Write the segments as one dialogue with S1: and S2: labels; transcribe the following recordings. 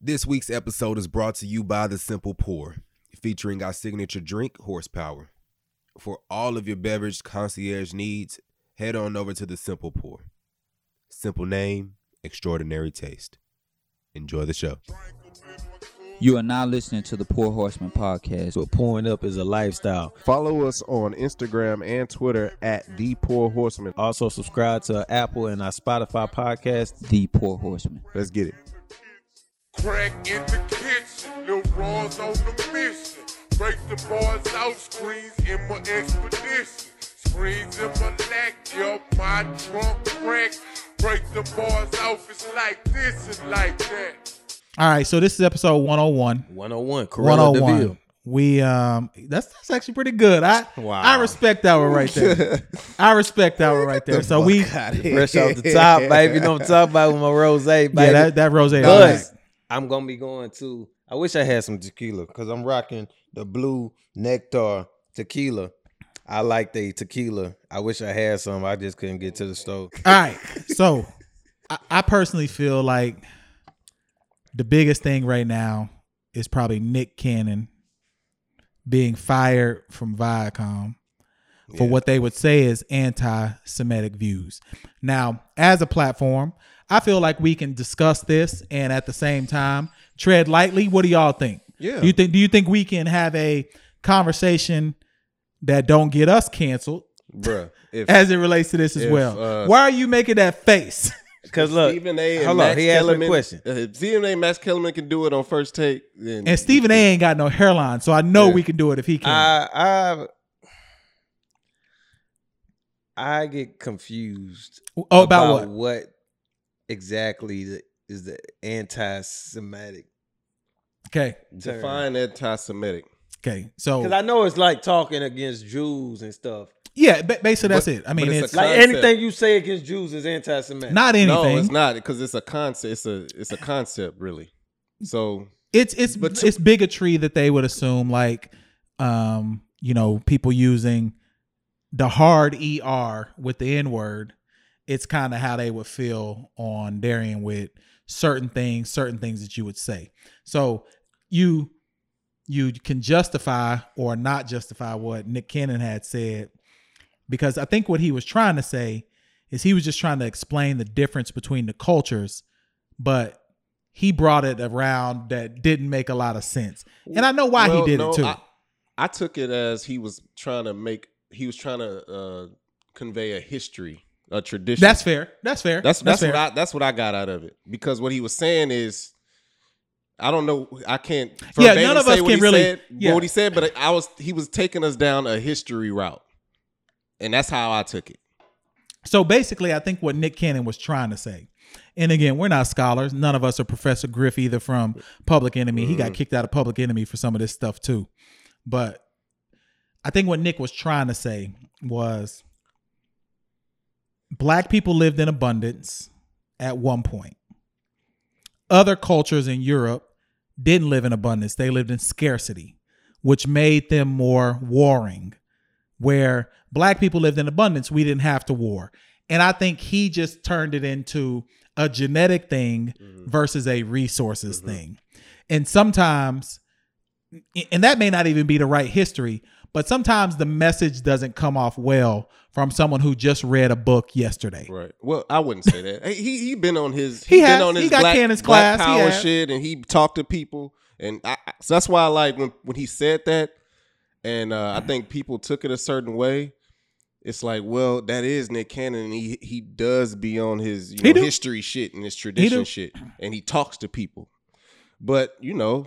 S1: This week's episode is brought to you by The Simple Pour, featuring our signature drink, Horsepower. For all of your beverage concierge needs, head on over to The Simple Pour. Simple name, extraordinary taste. Enjoy the show.
S2: You are now listening to the Poor Horseman podcast.
S3: But pouring up is a lifestyle.
S4: Follow us on Instagram and Twitter at The Poor Horseman.
S3: Also, subscribe to our Apple and our Spotify podcast.
S2: The Poor Horseman.
S4: Let's get it.
S5: Crack in the kitchen, Lil Raw's on the mission. Break the bars out, screens in my expedition. Screens in my lack, yo, my drunk crack. Break the bars off, it's like this and like that.
S6: All right, so this is episode 101.
S3: 101. Corona
S6: 101.
S3: DeVille.
S6: We um that's that's actually pretty good. I
S3: Wow.
S6: I respect that one right there. I respect that one right there. So
S3: Oh
S6: we yeah,
S3: Fresh off the top, baby. You know what I'm talking about with my rose, baby.
S6: that that rose.
S3: but I'm going to be going to, I wish I had some tequila because I'm rocking the blue nectar tequila. I like the tequila. I wish I had some. I just couldn't get to the store.
S6: All right. So I, I personally feel like the biggest thing right now is probably Nick Cannon being fired from Viacom for what they would say is anti Semitic views. Now, as a platform, I feel like we can discuss this and at the same time tread lightly. What do y'all think?
S4: Yeah.
S6: Do you think do you think we can have a conversation that don't get us canceled
S3: Bruh. If,
S6: as it relates to this as
S3: If,
S6: well.
S3: uh,
S6: Why are you making that face?
S3: Cause look,
S4: Stephen A. and
S3: hold on,
S4: Max
S3: he asked me a
S4: Kellerman-
S3: question.
S4: If Stephen A. and Max Kellerman can do it on first take, then
S6: And Stephen A ain't got no hairline, so I know
S3: Yeah.
S6: we can do it if he can.
S3: I I I get confused
S6: oh, about, what?
S3: exactly the- is the anti-Semitic
S6: Okay.
S3: term?
S4: define anti-Semitic.
S6: Okay.
S3: Because
S6: So
S3: Oh. I know it's like talking against Jews and stuff.
S6: yeah, ba- basically that's it. I mean,
S4: but it's a
S6: it's,
S3: Like
S4: Concept.
S3: anything you say against Jews is anti-Semitic.
S6: not anything.
S4: No,
S6: it's,
S4: it's not because it's a concept. It's a it's a concept, really. So
S6: it's it's
S4: But to-
S6: it's bigotry that they would assume like um, you know, people using the hard ER with the N word. It's kind of how they would feel on Darian with certain things, certain things that you would say. So you you can justify or not justify what Nick Cannon had said because I think what he was trying to say is he was just trying to explain the difference between the cultures, but he brought it around that didn't make a lot of sense. And I know why
S4: Well,
S6: he did
S4: no,
S6: it too.
S4: I, I took it as he was trying to make he was trying to uh, convey a history, a tradition.
S6: that's fair. That's fair.
S4: That's that's,
S6: fair.
S4: what I that's what I got out of it because what he was saying is, I don't know, I can't.
S6: Yeah,
S4: verbatim
S6: none of
S4: say
S6: us
S4: what
S6: can
S4: he
S6: really-
S4: said,
S6: yeah.
S4: what he said, but I was he was taking us down a history route, and that's how I took it.
S6: So basically, I think what Nick Cannon was trying to say, and again, we're not scholars. None of us are Professor Griff either from Public Enemy. He got kicked out of Public Enemy for some of this stuff too. But I think what Nick was trying to say was black people lived in abundance at one point. Other cultures in Europe didn't live in abundance, they lived in scarcity, which made them more warring where black people lived in abundance, we didn't have to war. And I think he just turned it into a genetic thing versus a resources thing. And sometimes, and that may not even be the right history, but sometimes the message doesn't come off well from someone who just read a book yesterday.
S4: Right. Well, I wouldn't say that. Hey, he he been on his
S6: He
S4: he, been
S6: has.
S4: on
S6: He
S4: his
S6: got
S4: black,
S6: Cannon's
S4: black
S6: class. He
S4: power
S6: has.
S4: shit, and he talked to people, and I, I- so that's why I like when when he said that, and uh, I think people took it a certain way. It's like, well, that is Nick Cannon. And he he does be on his you
S6: He
S4: know,
S6: do.
S4: history shit and his tradition
S6: do.
S4: shit, and he talks to people. But you know,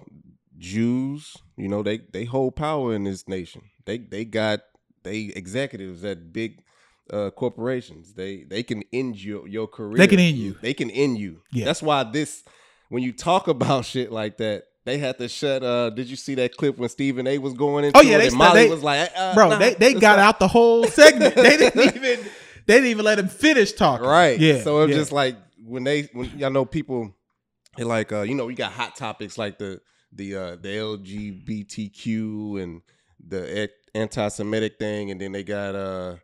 S4: Jews, you know they they hold power in this nation. They they got they executives at big uh, corporations. They they can end your your career.
S6: They can end you.
S4: They can end you.
S6: Yeah.
S4: That's why this when you talk about shit like that, they had to shut. Uh, did you see that clip when Stephen A was going into?
S6: Oh, yeah,
S4: it
S6: they
S4: and
S6: sta-
S4: Molly
S6: they-
S4: was like, uh,
S6: Bro,
S4: nah,
S6: they, they
S4: it's
S6: got
S4: not-
S6: out the whole segment. They didn't even they didn't even let him finish talking.
S4: right.
S6: Yeah.
S4: So it's
S6: yeah.
S4: just like when they when y'all know people, they like uh, you know you got hot topics like the the uh, the LGBTQ and the anti Semitic thing, and then they got uh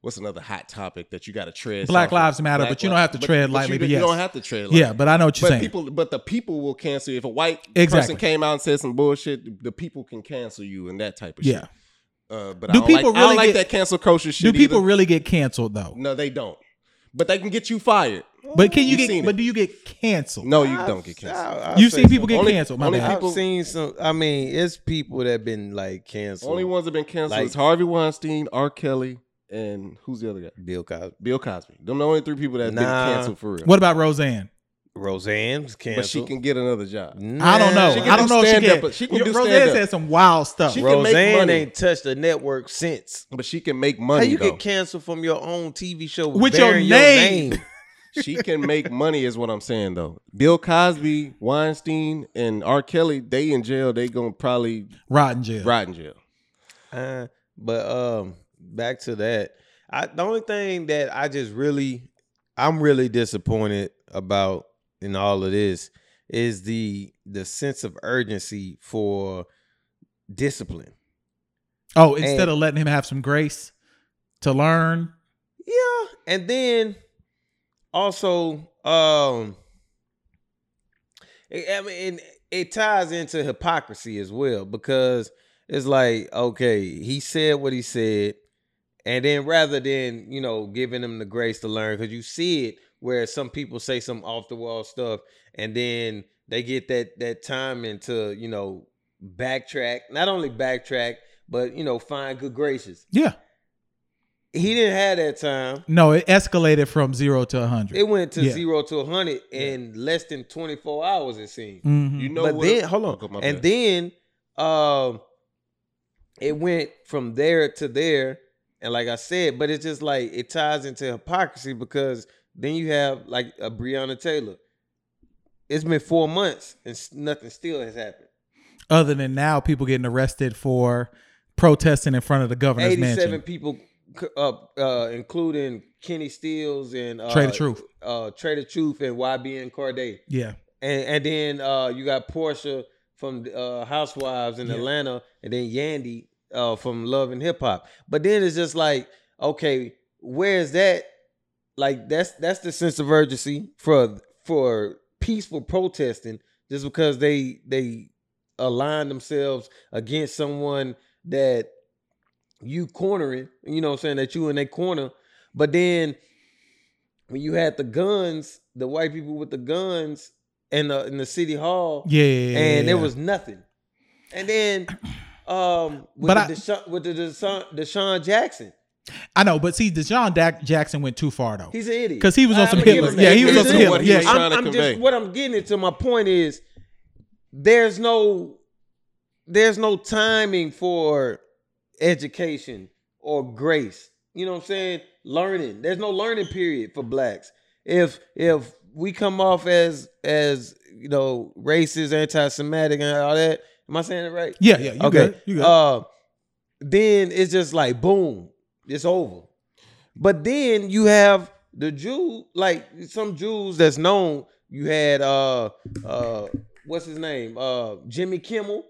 S4: what's another hot topic that you got to tread?
S6: Black
S4: softly?
S6: Lives Matter, but you don't
S4: li-
S6: have to tread
S4: you
S6: lightly,
S4: don't-
S6: but
S4: you don't
S6: yes.
S4: have to tread. lightly.
S6: Yeah, but I know what you're
S4: But
S6: saying.
S4: people, but the people will cancel you. if a white
S6: Exactly.
S4: person came out and said some bullshit. The people can cancel you and that type of
S6: yeah.
S4: shit. Uh, but I
S6: Do
S4: don't like,
S6: people
S4: I don't
S6: really
S4: like
S6: get-
S4: that cancel culture
S6: Do
S4: shit.
S6: people
S4: either.
S6: really get canceled though?
S4: No, they don't. But they can get you fired.
S6: But can you
S4: You've
S6: get?
S4: seen
S6: But
S4: it.
S6: do you get canceled?
S4: No, you don't get canceled.
S6: You've seen people get
S4: Only-
S6: canceled. My
S4: only
S6: bad.
S4: people-
S3: I've seen some. I mean, it's people that been like canceled.
S4: Only ones that been canceled
S3: Like-
S4: is Harvey Weinstein, R. Kelly, and who's the other guy?
S3: Bill Cosby,
S4: Bill Cosby. Them the only three people that
S3: Nah.
S4: been canceled for real.
S6: What about Roseanne?
S3: Roseanne was canceled.
S4: But she can get another job.
S6: I don't know.
S4: She can
S6: I don't
S4: do
S6: know if she
S4: stand-up,
S6: can.
S4: but she can
S6: You-
S4: do
S6: Roseanne
S4: stand-up.
S6: said some wild stuff.
S4: She- can make
S3: Roseanne
S4: money.
S3: ain't touched the network since.
S4: But she can make
S3: How
S4: money.
S3: you
S4: though.
S3: get canceled from your own TV show
S6: With your
S3: bearing
S6: name.
S4: she can make money, is what I'm saying though. Bill Cosby, Weinstein, and R. Kelly, they in jail. They gonna probably
S6: Rotten jail.
S4: rot in jail.
S3: Uh, but um, back to that. I the only thing that I just really, I'm really disappointed about in all of this is the the sense of urgency for discipline.
S6: Oh, instead
S3: And-
S6: of letting him have some grace to learn.
S3: Yeah, and then also, um, it, I mean, and it ties into hypocrisy as well because it's like, okay, he said what he said, and then rather than you know giving him the grace to learn, because you see it where some people say some off the wall stuff, and then they get that that time into you know backtrack, not only backtrack, but you know find good graces.
S6: Yeah.
S3: He didn't have that time.
S6: No, it escalated from zero to a hundred.
S3: It went to
S6: Yeah.
S3: zero to a hundred in less than twenty four hours. It seemed.
S6: Mhm.
S4: You know
S3: but
S4: what?
S3: then, hold on,
S4: Oh, my
S3: and
S4: bad.
S3: then, um, it went from there to there, and like I said, but it's just like it ties into hypocrisy because then you have like a Breonna Taylor. It's been four months and s- nothing still has happened.
S6: Other than now, people getting arrested for protesting in front of the governor's
S3: Eighty-seven
S6: mansion.
S3: people, c- uh, uh, including Kenny Steals and uh,
S6: Trader Truth.
S3: uh, Trader Truth, and YBN Corday.
S6: Yeah.
S3: and and then uh, you got Portia from uh, Housewives in
S6: Yeah.
S3: Atlanta, and then Yandy uh, from Love and Hip Hop. But then it's just like, okay, where is that? Like that's that's the sense of urgency for for peaceful protesting, just because they they align themselves against someone that you cornering, you know what I'm saying, that you in that corner. But then when you had the guns, the white people with the guns in the in the city hall,
S6: Yeah. yeah, yeah,
S3: and there
S6: yeah.
S3: was nothing. And then um with
S6: But
S3: the
S6: I-
S3: Deshaun, with the Deshaun, Deshaun Jackson.
S6: I know, but see, Deshaun Dak Jackson went too far though.
S3: He's an idiot.
S6: 'Cause he was on
S3: I'ma
S6: some
S3: give
S6: Hitler.
S3: him
S6: Yeah,
S3: that.
S6: he was
S3: He's
S6: on
S3: an
S6: some
S3: idiot.
S6: Hitler. Yeah.
S4: trying
S3: I'm,
S4: to
S3: I'm
S4: convey.
S3: just what I'm getting into. My point is, there's no, there's no timing for education or grace. You know what I'm saying? Learning. There's no learning period for blacks. If if we come off as as you know racist, anti-Semitic, and all that, am I saying it right?
S6: Yeah. Yeah. You
S3: okay.
S6: good. You good.
S3: Uh, then it's just like boom, it's over. But then you have the Jew, like some Jews that's known. You had uh uh what's his name? Uh Jimmy Kimmel,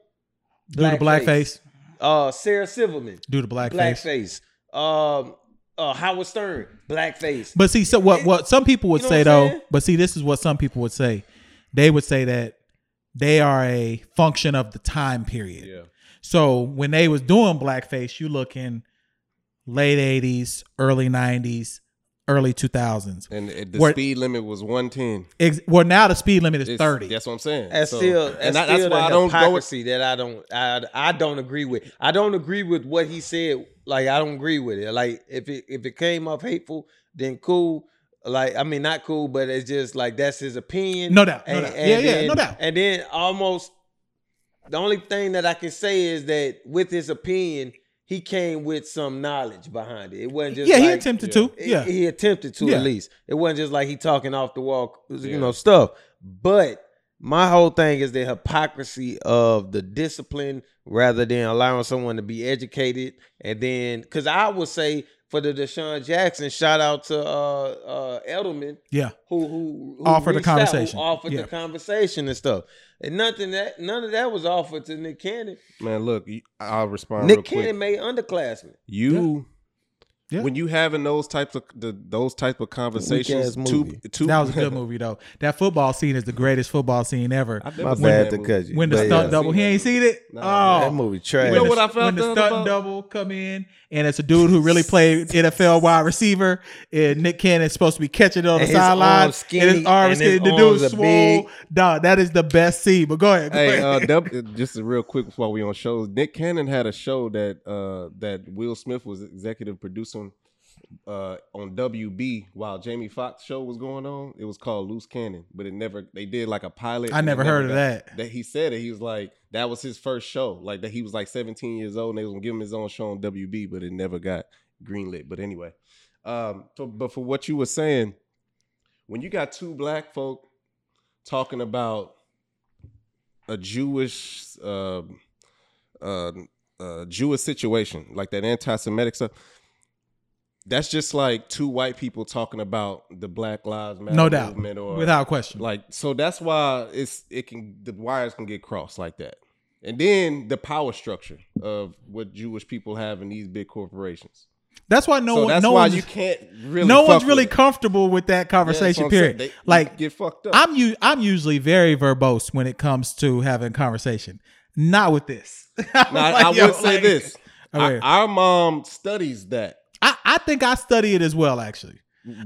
S6: Do the blackface.
S3: uh Sarah Silverman,
S6: Do the blackface.
S3: blackface. Um uh Howard Stern, blackface.
S6: But see, so what?
S3: It-
S6: What some people would
S3: you know
S6: say
S3: what I'm
S6: though.
S3: saying?
S6: But see, this is what some people would say. They would say that they are a function of the time period.
S4: Yeah.
S6: So when they was doing blackface, you looking late eighties, early nineties, early two thousands.
S4: And uh, the
S6: Where-
S4: speed limit was 110.
S6: Ex- well, now the speed limit is
S4: It's-
S6: thirty.
S4: That's what I'm saying.
S3: That's
S4: So-
S3: still, that's
S4: and that-
S3: still
S4: that's why
S3: the
S4: I don't go. with-
S3: hypocrisy that I don't, I, I don't agree with. I don't agree with what he said. Like I don't agree with it. Like if it if it came off hateful, then cool. Like I mean, not cool, but it's just like that's his opinion.
S6: No doubt, no doubt. Yeah, yeah,
S3: then-
S6: no doubt.
S3: And then almost the only thing that I can say is that with his opinion, he came with some knowledge behind it. It wasn't just
S6: yeah, he
S3: like-
S6: attempted
S4: Yeah.
S6: to. Yeah.
S3: he, he attempted to
S6: Yeah.
S3: at least. It wasn't just like he talking off the wall, you
S4: Yeah.
S3: know, stuff. But my whole thing is the hypocrisy of the discipline rather than allowing someone to be educated. And then, because I would say for the Deshaun Jackson, shout out to uh, uh, Edelman
S6: yeah.
S3: who who, who
S6: Offered the
S3: reached out, who
S6: conversation.
S3: offered
S6: Yeah.
S3: the conversation and stuff. And nothing that none of that was offered to Nick Cannon.
S4: Man, look, you- I'll respond real
S3: Nick
S4: quick.
S3: Cannon made underclassmen.
S4: You
S6: Yeah.
S4: When you having those types of the, those type of conversations, two
S3: movie.
S4: two
S6: That was a good movie though. That football scene is the greatest football scene ever.
S4: I've
S3: My
S4: never seen
S3: bad
S4: that
S3: to
S4: movie.
S3: cut you.
S6: When the
S3: but
S6: stunt
S3: yeah.
S6: double, he ain't seen it.
S4: Nah,
S6: oh,
S3: That movie trash.
S6: When
S4: You know
S6: the-
S4: what I
S6: when
S4: found
S6: the
S4: out
S6: stunt
S4: about-
S6: double come in, and it's a dude who really played NFL wide receiver, and Nick Cannon's supposed to be catching it on
S3: And
S6: the
S3: his arm's
S6: sideline, and his
S3: skinny,
S6: arm
S3: and
S6: is skinny.
S3: his
S6: The
S3: arms
S6: dude's
S3: are
S6: swole.
S3: big.
S6: Dog, that is the best scene. But go ahead. Go
S4: Hey, uh,
S6: ahead.
S4: w, just real quick before we on shows, Nick Cannon had a show that uh, that Will Smith was executive producing uh, on WB while Jamie Foxx show was going on. It was called Loose Cannon, but it never they did like a pilot.
S6: I
S4: and it
S6: never heard of
S4: got-
S6: that.
S4: That he said it. He was like that was his first show. Like that he was like 17 years old and they was gonna give him his own show on WB, but it never got greenlit. But anyway, um, so, but for what you were saying, when you got two black folk talking about a Jewish uh, uh, uh, Jewish situation, like that anti-Semitic stuff. That's just like two white people talking about the Black Lives Matter
S6: No doubt.
S4: movement, or
S6: Without question.
S4: uh, like so that's why it's it can the wires can get crossed like that. And then the power structure of what Jewish people have in these big corporations.
S6: that's why no
S4: so
S6: one.
S4: that's
S6: No
S4: why
S6: one's
S4: you can't really.
S6: no
S4: fuck
S6: one's
S4: with
S6: really
S4: it.
S6: comfortable with that
S4: Yeah, that's
S6: conversation.
S4: what I'm saying.
S6: period.
S4: They- you
S6: like
S4: get fucked up.
S6: I'm u- I'm usually very verbose when it comes to having conversation. Not with this. I'm
S4: Now,
S6: like,
S4: I
S6: yo,
S4: would say
S6: like-
S4: this: I-
S6: Okay.
S4: our mom studies that.
S6: I, I think I study it as well. Actually,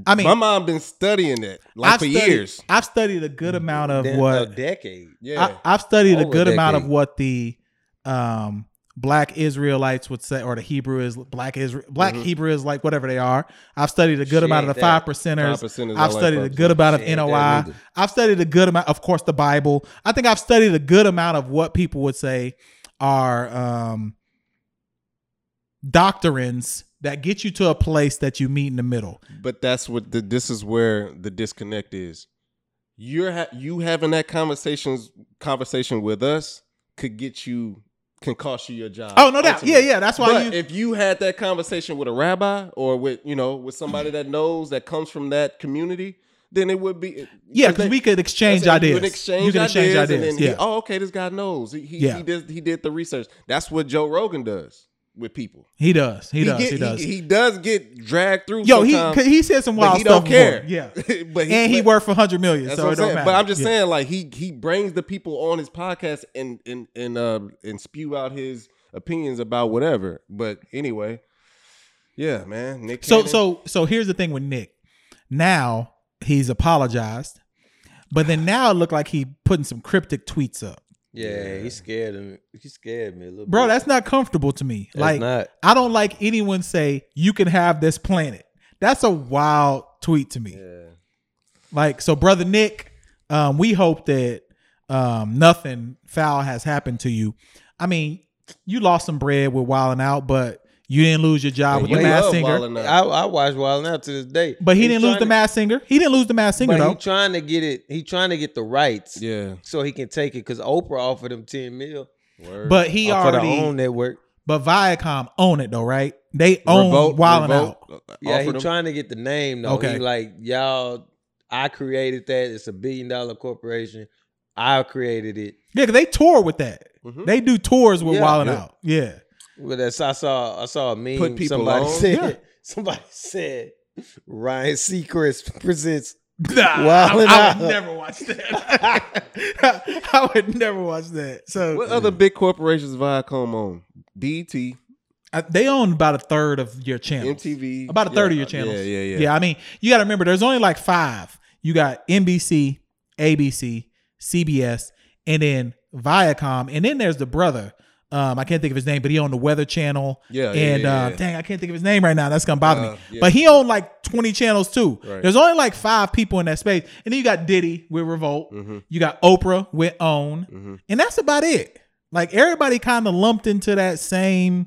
S6: I mean,
S4: my mom been studying that like
S6: I've
S4: for
S6: studied,
S4: years.
S6: I've studied a good amount of
S3: Then
S6: what
S3: a decade.
S4: Yeah,
S6: I, I've studied a
S3: Over a
S6: good amount of
S3: decade.
S6: what the um, black Israelites would say, or the Hebrew is black Israel, black
S4: Mm-hmm.
S6: Hebrew is like whatever they are. I've studied a good
S3: She
S6: amount of
S3: ain't
S6: the
S3: that.
S6: five percenters.
S4: 5% is
S6: I've
S4: all I
S6: studied a
S4: fuck
S6: good
S4: with.
S6: amount
S3: She
S6: of
S3: ain't that
S6: NOI.
S3: neither.
S6: I've studied a good amount, of course, the Bible. I think I've studied a good amount of what people would say are um, doctrines that get you to a place that you meet in the middle.
S4: but that's what the, this is where the disconnect is. You're ha- you having that conversations conversation with us could get you can cost you your job.
S6: Oh, no doubt.
S4: ultimately.
S6: Yeah, yeah, that's why
S4: But
S6: you-
S4: if you had that conversation with a rabbi or with you know with somebody that knows that comes from that community, then it would be
S6: Yeah,
S4: 'cause
S6: because
S4: they-
S6: we could exchange
S4: That's it.
S6: ideas.
S4: You can exchange,
S6: you can
S4: ideas,
S6: exchange ideas.
S4: and then
S6: yeah.
S4: he, oh, okay, this guy knows. He he,
S6: Yeah.
S4: he did he did the research. That's what Joe Rogan does with people.
S6: He does. He, does.
S4: get-
S6: he does.
S4: He, does get dragged through.
S6: Yo, he
S4: sometimes,
S6: 'cause he said some
S4: but
S6: wild
S4: he
S6: stuff.
S4: don't care.
S6: before. Yeah.
S4: but
S6: and he
S4: but-
S6: worth a hundred million,
S4: That's
S6: so it
S4: what I'm
S6: don't
S4: saying.
S6: matter.
S4: But I'm just
S6: Yeah.
S4: saying, like he he brings the people on his podcast and and and uh and spew out his opinions about whatever. But anyway, yeah, man. Nick
S6: So
S4: Cannon,
S6: so so here's the thing with Nick. Now he's apologized, but then now it looked like he putting some cryptic tweets up.
S3: Yeah, he scared him. He scared me a little
S6: Bro,
S3: bit.
S6: that's not comfortable to me. like
S3: not.
S6: I don't like anyone say you can have this planet. That's a wild tweet to me. Like so, brother Nick, um, we hope that um, nothing foul has happened to you. I mean, you lost some bread with Wildin' Out, but you didn't lose your job
S4: Man,
S6: with
S4: you
S6: the
S3: love
S6: Mass
S4: love
S6: Singer.
S4: Wildin' Out.
S3: I, I watch Wild Now to this day.
S6: But he,
S3: He's
S6: didn't lose
S3: trying
S6: the
S3: to-
S6: Mass Singer. He didn't lose the Mass Singer
S3: But
S6: though.
S3: he trying to get it. He trying to get the rights
S4: yeah,
S3: so he can take it because Oprah offered him ten mil.
S4: word.
S6: but he
S3: Uh, for the own
S6: already.
S3: network.
S6: But Viacom own it though, right? They own Wildin' Out.
S4: uh,
S3: Yeah,
S4: offered
S3: he
S4: him-
S3: trying to get the name though.
S6: Okay.
S3: He like y'all. I created that. It's a billion dollar corporation. I created it.
S6: Yeah, 'cause they tour with that.
S4: Mhm.
S6: They do tours with
S3: Mm-hmm. Yeah.
S6: Wildin'
S4: Yeah.
S6: Out. Yeah.
S3: Well, that's I saw. I saw a meme.
S4: Put people
S3: somebody
S4: on.
S3: said.
S6: Yeah.
S3: Somebody said. Ryan Seacrest presents.
S6: Nah,
S3: Wildin'
S6: I, I
S3: Out.
S6: would never watch that. I would never watch that. So
S4: What other big corporations Viacom on? BT,
S6: I- they own about a third of your channels.
S4: MTV,
S6: About a third of
S4: yeah,
S6: your channels.
S4: Yeah, yeah, yeah.
S6: I mean, you got to remember, there's only like five. You got NBC, ABC, CBS, and then Viacom, and then there's the brother. Um, I can't think of his name, but he owned the Weather Channel.
S4: Yeah, yeah,
S6: and
S4: yeah,
S6: uh,
S4: yeah.
S6: dang, I can't think of his name right now. That's gonna bother
S4: Uh,
S6: me.
S4: yeah.
S6: But he owned like 20 channels too.
S4: Right.
S6: There's only like five people in that space, and then you got Diddy with Revolt.
S4: Mhm.
S6: You got Oprah with Own,
S4: Mhm.
S6: and that's about it. Like everybody kind of lumped into that same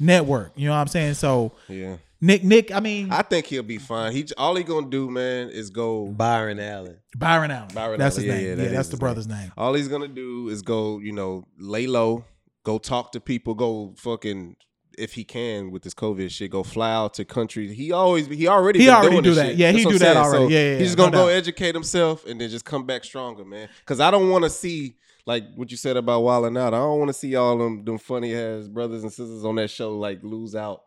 S6: network. You know what I'm saying? So
S4: yeah.
S6: Nick, Nick, I mean
S4: I think he'll be fine. He j- all he gonna do, man, is go.
S3: Byron Allen.
S6: Byron Allen.
S4: Byron
S6: that's
S4: Allen.
S6: his
S4: Yeah,
S6: name.
S4: yeah,
S6: Yeah,
S4: that is
S6: that's the
S4: his Oh,
S6: brother's name.
S4: All he's gonna do is go. You know, lay low. Go talk to people. Go fucking if he can with this COVID shit. Go fly out to countries. He always he already
S6: He
S4: been
S6: already
S4: doing
S6: do
S4: this
S6: that.
S4: shit.
S6: Yeah, he
S4: That's what
S6: do
S4: I'm
S6: that
S4: saying.
S6: already.
S4: So
S6: Yeah, yeah,
S4: he's
S6: yeah,
S4: just gonna
S6: no
S4: go
S6: doubt.
S4: educate himself and then just come back stronger, man. Because I don't want to see. Like what you said about wilding out, I don't want to see all them them funny ass brothers and sisters on that show like lose out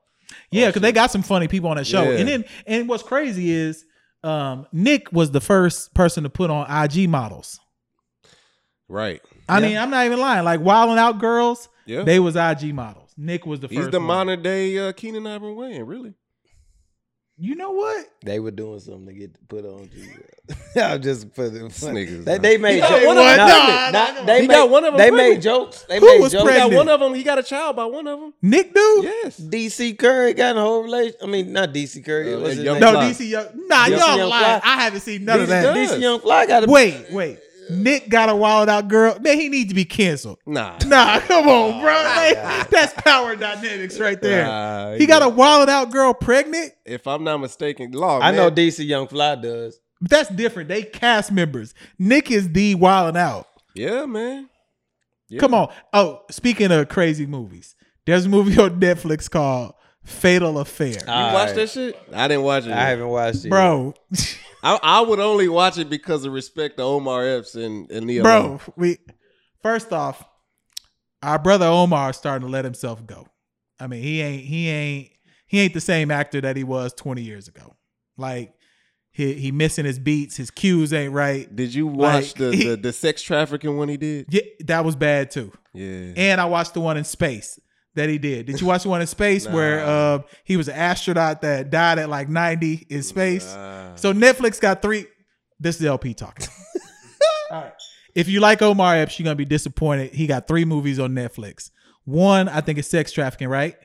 S6: Yeah, because they got some funny people on that show.
S4: Yeah.
S6: And then and what's crazy is um, Nick was the first person to put on IG models.
S4: Right.
S6: I mean, I'm not even lying. Like Wildin' Out Girls,
S4: Yeah.
S6: they was IG models. Nick was the first
S4: He's the
S6: one.
S4: modern day uh, Keenan Ivory Wayne, really.
S6: You know what?
S3: They were doing something to get put on. I'm just for the fun.
S4: niggas,
S3: They,
S4: man.
S3: they made
S4: got
S3: jokes.
S4: one of them
S3: Nah,
S4: pregnant.
S3: nah,
S4: Nah,
S3: they
S4: he
S3: made,
S4: got one of them
S3: They
S4: pregnant.
S3: made jokes. They
S6: Who
S3: made
S6: was
S4: He
S3: jokes.
S4: got
S6: pregnant?
S4: one of them. He got a child by one of them.
S6: Nick dude?
S4: Yes.
S3: DC Curry got in a whole relationship. I mean, not DC Curry.
S4: Uh,
S3: what's his
S4: Young
S3: name?
S6: No,
S4: Fly.
S6: DC Young. Nah,
S3: Young
S6: y'all
S3: Young
S6: lying.
S3: Fly.
S6: I haven't seen none of
S4: He's
S6: that.
S4: done.
S3: DC Young Fly got a
S6: Wait, wait. Nick got a wild out girl. Man, he needs to be canceled.
S4: Nah.
S6: Nah, come on, bro. Like, that's power dynamics right there.
S4: Nah,
S6: he got a wild out girl pregnant.
S4: If I'm not mistaken, law.
S3: I know
S4: man.
S3: DC Young Fly does.
S6: That's different. They cast members. Nick is the wilding out.
S4: Yeah, man. Yeah.
S6: Come on. Oh, speaking of crazy movies, there's a movie on Netflix called Fatal Affair.
S4: You
S3: All
S4: watch
S3: right.
S4: that shit? I didn't watch it.
S3: I haven't watched it.
S6: bro,
S4: I, I would only watch it because of respect to Omar Epps and and Neil.
S6: bro, we first off, our brother Omar is starting to let himself go. I mean, he ain't he ain't he ain't the same actor that he was 20 years ago. Like he he missing his beats, his cues ain't right.
S4: Did you watch
S6: Like,
S4: the,
S6: he-
S4: the the sex trafficking one he did?
S6: Yeah, that was bad too.
S4: Yeah.
S6: And I watched the one in space that he did. Did you watch the one in space where uh, he was an astronaut that died at like 90 in space?
S4: Nah.
S6: So Netflix got three. This is LP talking. All right. If you like Omar Epps, you're gonna be disappointed. He got three movies on Netflix. One, I think, is sex trafficking, right?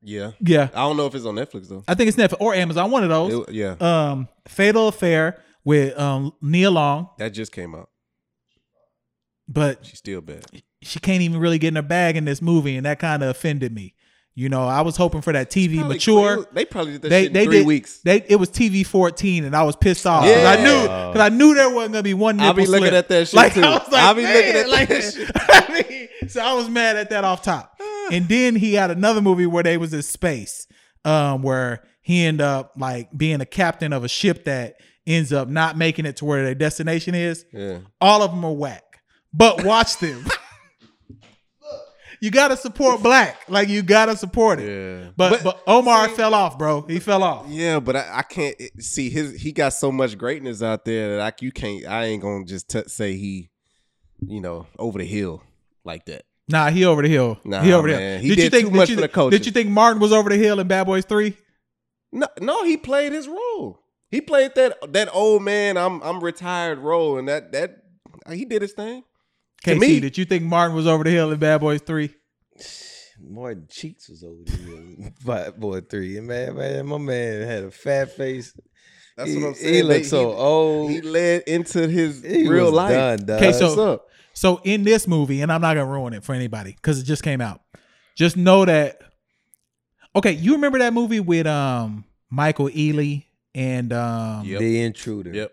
S4: yeah.
S6: Yeah,
S4: I don't know if it's on Netflix though.
S6: I think it's Netflix or Amazon. One of those.
S4: It- yeah.
S6: Um, Fatal Affair with um Nia Long,
S4: that just came out.
S6: but
S4: She's still bad.
S6: she can't even really get in her bag in this movie, and that kind of offended me. You know, I was hoping for that TV
S4: Probably-
S6: mature.
S4: They probably did that
S6: They
S4: shit in
S6: they
S4: three
S6: did
S4: weeks.
S6: they it was TV fourteen, and I was pissed off. 'Cause I
S4: Yeah.
S6: knew because I knew there wasn't gonna be one. Nipple
S4: I'll be looking
S6: slip.
S4: at that shit
S6: Like,
S4: too.
S6: I was like,
S4: I'll be looking
S6: "Man,"
S4: at
S6: like,
S4: that shit.
S6: I mean, so I was mad at that off top. And then he had another movie where they was in space, um, where he ended up like being a captain of a ship that ends up not making it to where their destination is.
S4: Yeah.
S6: All of them are whack, but watch them. you gotta support black, like you gotta support it.
S4: Yeah.
S6: But, but Omar fell off, bro. He fell off.
S4: Yeah, but I, I can't it- see his. He got so much greatness out there that I you can't. I ain't gonna just t- say he, you know, over the hill like that.
S6: Nah, he over the hill.
S4: Nah,
S6: he over the hill.
S4: man. He did too much
S6: you,
S4: for the culture.
S6: Did you think Martin was over the hill in Bad Boys Three?
S4: No, no, he played his role. He played that that old man. I'm I'm retired role, and that that he did his thing. To
S6: KC,
S4: me.
S6: did you think Martin was over the hill in Bad Boys Three?
S3: Martin Cheeks was over there. Five boy three. And man, man, my man had a fat face.
S4: That's
S3: he,
S4: what I'm saying.
S3: He
S4: They-
S3: looked so old.
S4: He led into his
S3: He
S4: real
S3: was
S4: life.
S3: done, dog.
S6: Okay, so-
S4: What's up?
S6: So in this movie, and I'm not gonna ruin it for anybody because it just came out. Just know that. Okay, you remember that movie with um Michael Ealy and um
S4: Yep.
S3: The Intruder.
S4: Yep.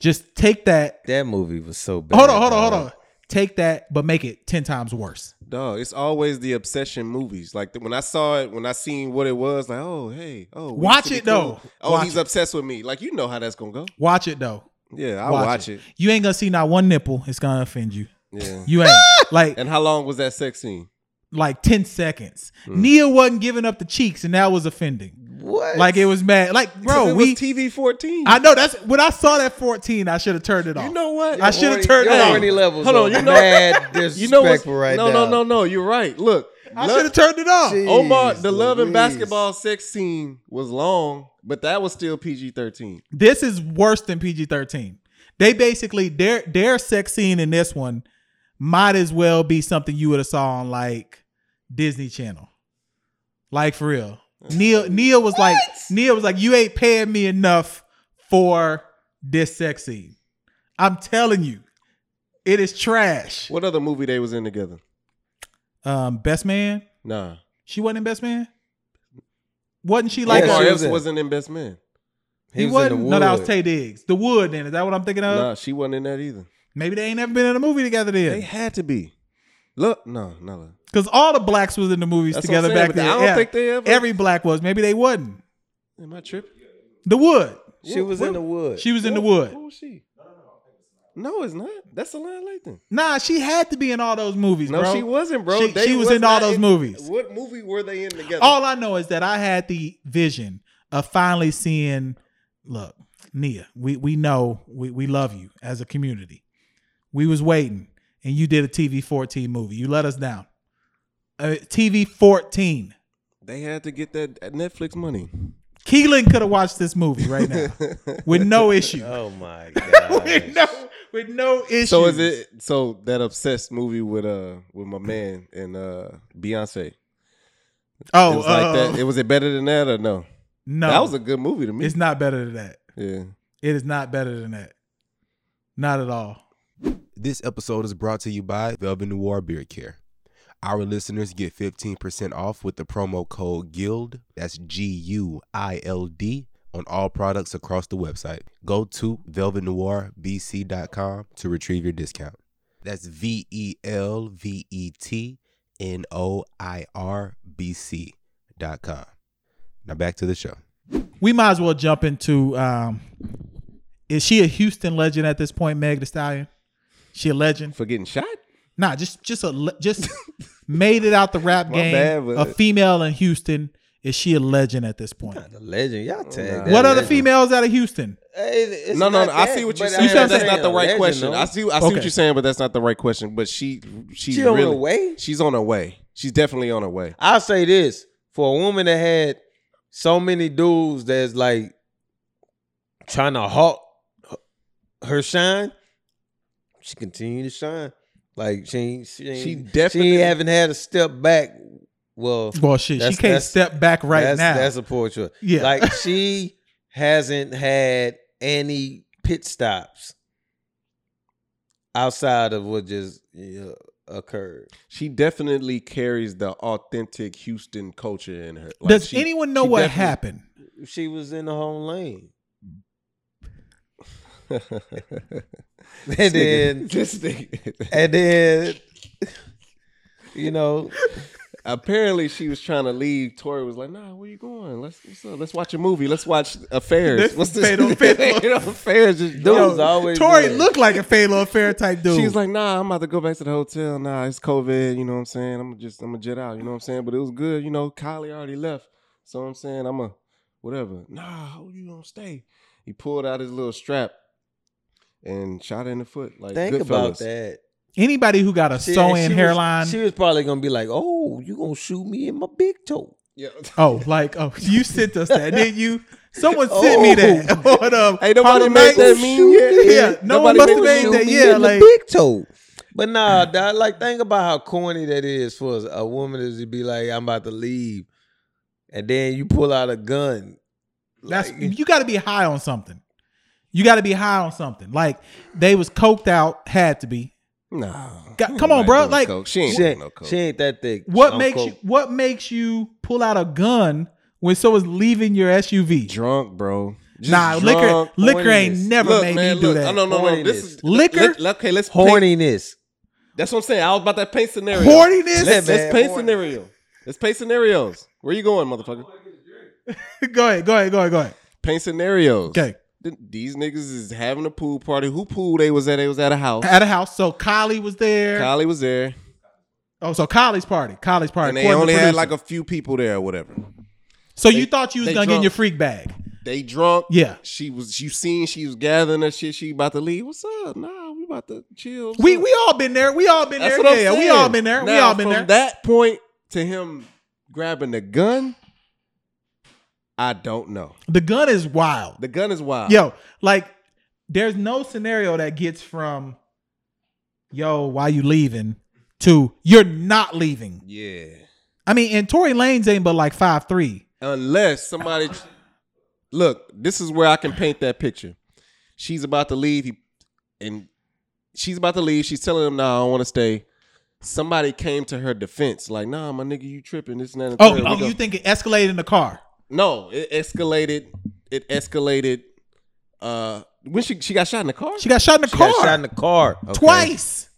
S6: just take that.
S3: That movie was so bad.
S6: Hold on, hold on, hold
S3: dog.
S6: on. Take that, but make it ten times worse.
S4: Dog, it's always the obsession movies. Like when I saw it, when I seen what it was, like, oh hey, oh, we
S6: Watch
S4: used to be
S6: it, though.
S4: cool. Oh,
S6: Watch
S4: he's
S6: it.
S4: obsessed with me. Like you know how that's gonna go.
S6: Watch it though.
S4: Yeah, I watch, it.
S6: You ain't gonna see not one nipple. It's gonna offend you.
S4: Yeah.
S6: You ain't like
S4: and how long was that sex scene?
S6: like 10 seconds.
S4: Mm.
S6: Nia wasn't giving up the cheeks, and that was offending.
S3: What?
S6: Like it was mad. Like, bro,
S4: it
S6: we
S4: was TV fourteen.
S6: I know that's when I saw that 14, I should have turned it off.
S4: you know what?
S6: I should have turned it
S3: Your
S4: Hey,
S3: horny
S6: off.
S3: levels.
S4: hold on,
S3: are
S4: you know-
S3: mad
S4: You know what?
S3: disrespectful right
S4: no,
S3: now.
S4: no, no, no. You're right. Look,
S6: I
S4: Lo-
S6: should have turned it off.
S3: Jeez
S4: Omar, the love and
S3: Louise.
S4: basketball sex scene was long, but that was still PG thirteen.
S6: This is worse than PG 13. They basically their their sex scene in this one might as well be something you would have saw on like Disney Channel. Like for real. Neil Neil was like Neil was like, you ain't paying me enough for this sex scene. I'm telling you, it is trash.
S4: What other movie they was in together?
S6: Um, Best Man.
S4: Nah,
S6: She wasn't in Best Man. Wasn't she like
S3: Yeah,
S4: Omar
S3: she
S6: a,
S4: Epps
S3: was in-
S4: wasn't in Best Man.
S6: he,
S3: was in
S6: wasn't?
S3: the
S6: no, that was
S3: wood.
S6: Tay Diggs. The Wood. Then is that what I'm thinking of?
S4: Nah, she wasn't in that either.
S6: Maybe they ain't never been in a movie together
S4: They
S6: then.
S4: had to be. Look, no, no.
S6: Because all the blacks was in the movies
S4: That's what I'm
S6: together back
S4: saying, but
S6: then.
S4: I don't
S6: Yeah.
S4: think they ever-
S6: Every black was. Maybe they wasn't.
S4: Am I tripping?
S6: The Wood.
S3: She was in the wood.
S6: She was in the Wood.
S4: Who was she? No, it's not. That's Aline Lathan.
S6: Nah, she had to be in all those movies,
S4: No,
S6: bro.
S4: she wasn't, bro.
S6: She- she was in all
S4: not
S6: those movies.
S4: What movie were they in together?
S6: All I know is that I had the vision of finally seeing. Look, Nia, we we know we we love you as a community. We was waiting, and you did a TV fourteen movie. You let us down. Uh, TV fourteen.
S4: they had to get that that Netflix money.
S6: Keelan could have watched this movie right now with no issue.
S3: Oh my god.
S6: with no with no issue.
S4: So is it so that obsessed movie with uh with my man and uh Beyonce?
S6: Oh,
S4: it was like
S6: uh,
S4: that. It was it better than that or no?
S6: no,
S4: That was a good movie to me.
S6: it's not better than that.
S4: yeah.
S6: It is not better than that. Not at all.
S1: This episode is brought to you by Velvet Noir Beard Care. Our listeners get 15% off with the promo code GUILD, that's G U I L D, on all products across the website. Go to velvetnoirbc.com to retrieve your discount. That's V E L V E T N O I R B C dot com. Now back to the show.
S6: We might as well jump into um is she a Houston legend at this point, Meg the Stallion? She a legend?
S4: For getting shot?
S6: Nah, just just a le- just made it out the rap
S4: My
S6: game.
S4: bad, but-
S6: a female in Houston. Is she a legend at this point?
S3: The legend, y'all tag.
S4: Nah.
S3: that
S6: What other
S3: legend.
S6: females out of Houston?
S3: Hey, it- it's
S4: no, no,
S3: not
S4: no. I
S3: that,
S4: see what
S3: but
S4: you're
S3: I
S4: saying. but that's
S3: understand
S4: not the
S3: a
S4: right
S3: legend,
S4: question.
S3: though.
S4: I see. I see
S6: Okay.
S4: what you're saying, but that's not the right question. But she, she,
S3: She on
S4: really,
S3: her way?
S4: She's on her way. She's definitely on her way.
S3: I'll say this for a woman that had so many dudes that's like trying to halt her shine, she continue to shine. Like she ain't, she ain't,
S4: She
S3: she
S4: definitely-
S3: definitely haven't had a step back. Well,
S6: Well, shit, she
S3: That's-
S6: can't
S3: that's-
S6: step back right
S3: that's,
S6: now.
S3: that's a portrait.
S6: yeah,
S3: Like she hasn't had any pit stops outside of what just you know, occurred.
S4: She definitely carries the authentic Houston culture in her. Like,
S6: Does
S4: she-
S6: anyone know
S4: she
S6: what
S4: definitely-
S6: happened?
S3: She was in the home lane. And then
S4: this nigga.
S3: and then you know
S4: Apparently, she was trying to leave. Tori was like, "Nah, where you going? Let's what's up? let's watch a movie. Let's watch Affairs.
S6: This
S4: What's this?
S6: fatal- fatal-
S4: You know, affairs just
S3: dudes
S4: Yo,
S3: always
S6: Tori
S3: doing it.
S6: looked like a Phalo Fair type dude.
S4: She was like, "Nah, I'm about to go back to the hotel. Nah, it's COVID. You know what I'm saying? I'm just I'm gonna jet out. You know what I'm saying? But it was good. You know, Kylie already left. So I'm saying I'm a whatever. Nah, how you gonna stay? He pulled out his little strap and shot her in the foot. Like
S3: think
S4: Goodfellas.
S3: about that.
S6: anybody who got a
S3: She-
S6: sew
S3: she
S6: in
S3: was-
S6: hairline.
S3: she was probably gonna be like, "Oh, you gonna shoot me in my big toe?"
S4: Yeah.
S6: oh, like oh, you sent us that, didn't you? Someone sent me that. What up?
S4: Oh. Ain't nobody made that meme yet.
S6: Yeah, no one
S4: Nobody
S6: must
S4: made
S6: have made
S4: the meme.
S6: that.
S3: me
S6: Yeah,
S3: in
S6: like
S3: the big toe. But nah, dog, like think about how corny that is for a woman is to be like, "I'm about to leave," and then you pull out a gun.
S6: that's
S3: Like,
S6: you got to be high on something. You got to be high on something. Like they was coked out, had to be.
S4: Nah.
S6: Got- come on, bro.
S4: doing
S6: Like,
S4: coke. she ain't
S3: she,
S4: doing
S3: ain't,
S4: no coke.
S3: she ain't that thick.
S6: What
S3: I'm
S6: makes
S3: cool.
S6: you? What makes you pull out a gun when someone's leaving your SUV?
S4: drunk, bro. Just
S6: nah,
S4: drunk.
S6: liquor, liquor ain't
S3: horniness.
S6: never
S4: Look,
S6: made
S4: man,
S6: me do
S4: look,
S6: that.
S4: I don't know. No,
S3: Horniness.
S4: this is
S6: Liquor?
S4: let- let- okay, let's paint-
S3: horniness?
S4: That's what I'm saying. I was about that paint scenario.
S6: Horniness.
S4: Let's, let's
S3: Man,
S4: paint
S3: horny.
S4: scenario. Let's paint scenarios. Where you going, motherfucker?
S6: go ahead, go ahead, go ahead, go ahead.
S4: Paint scenarios.
S6: Okay,
S4: Th- These niggas is having a pool party. Who pool they was at? They was at a house.
S6: at a house. So Kylie was there.
S4: Kylie was there,
S6: Oh, so Kylie's party. Kylie's party.
S4: and they
S6: According to
S4: only had
S6: producer.
S4: like a few people there or whatever.
S6: So you thought you was
S4: they
S6: gonna get in
S4: drunk.
S6: your freak bag?
S4: They drunk.
S6: Yeah.
S4: She was. You seen? She was gathering that shit. She about to leave. What's up? Nah, we about to chill. What's
S6: We
S4: up?
S6: we all been there. We all been
S4: That's
S6: there.
S4: what I'm
S6: yeah,
S4: saying.
S6: we all been there. we
S4: Now,
S6: all been
S4: from
S6: there.
S4: that point to him grabbing the gun, I don't know.
S6: the gun is wild.
S4: The gun is wild.
S6: yo, like there's no scenario that gets from yo, why you leaving to you're not leaving.
S4: Yeah.
S6: I mean, and Tory Lanez ain't but like five three.
S4: Unless somebody look, this is where I can paint that picture. She's about to leave. He and she's about to leave. She's telling him, "No, I don't want to stay." Somebody came to her defense, like, "Nah, my nigga, you tripping? This and that." And
S6: Oh,
S4: third. We
S6: oh
S4: go-
S6: you think it escalated in the car.
S4: no, it escalated. It escalated. Uh, when she she got shot in the car,
S6: She got shot in the
S3: She
S6: car
S3: got shot in the car Okay.
S6: twice.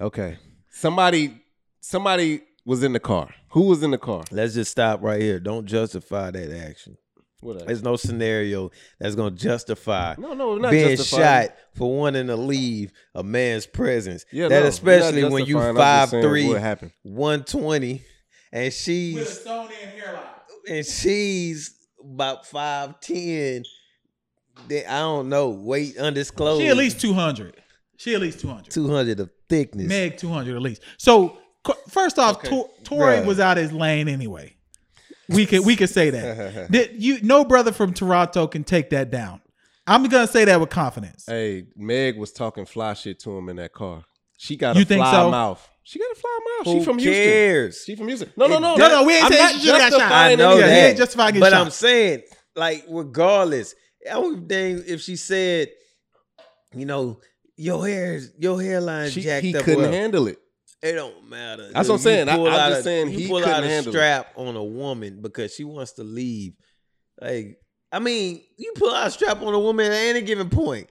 S4: Okay. Somebody somebody was in the car. Who was in the car?
S3: Let's just stop right here. Don't justify that action.
S4: What else?
S3: There's no scenario that's gonna justify
S4: no, no, not
S3: being
S4: justified.
S3: shot for wanting to leave a man's presence.
S4: Yeah,
S3: that
S4: no,
S3: especially
S4: not
S3: when you
S4: justifying, I'm
S3: five
S4: just saying
S3: three,
S4: What happened?
S3: one twenty, and
S6: With a
S3: she's
S6: stone in hairline.
S3: and she's about five ten. They, I don't know. Weight undisclosed.
S6: She at least 200. She at least 200.
S3: two hundred of thickness.
S6: Meg 200 at least. So co- first off,
S4: Okay.
S6: Tor- Tory
S3: Bruh.
S6: was out his lane anyway. We could we could say that. That you no brother from Toronto can take that down. I'm gonna say that with confidence.
S4: Hey, Meg was talking fly shit to him in that car. She got
S6: You
S4: a
S6: think
S4: fly
S6: so?
S4: mouth. She got a fly mouth.
S3: Who
S4: she from Houston.
S3: cares?
S4: She from Houston. No, no, no,
S6: No, no, we ain't
S4: I'm
S6: saying
S4: not
S6: she should've got shot.
S4: justifying
S3: I know
S4: anything.
S6: Yeah, he
S3: that,
S6: ain't justifying getting
S3: but
S6: shot.
S3: I'm saying, like, regardless, I would dang if she said, you know, your hair is your hairline
S4: She,
S3: jacked
S4: he
S3: up.
S4: couldn't
S3: well."
S4: handle it.
S3: It don't matter.
S4: That's what I'm
S3: You
S4: saying. I-
S3: pull
S4: I'm
S3: out
S4: just
S3: a-
S4: saying
S3: you
S4: he
S3: pull out
S4: couldn't
S3: a
S4: handle it.
S3: strap on a woman because she wants to leave. Like, I mean, you pull out a strap on a woman at any given point.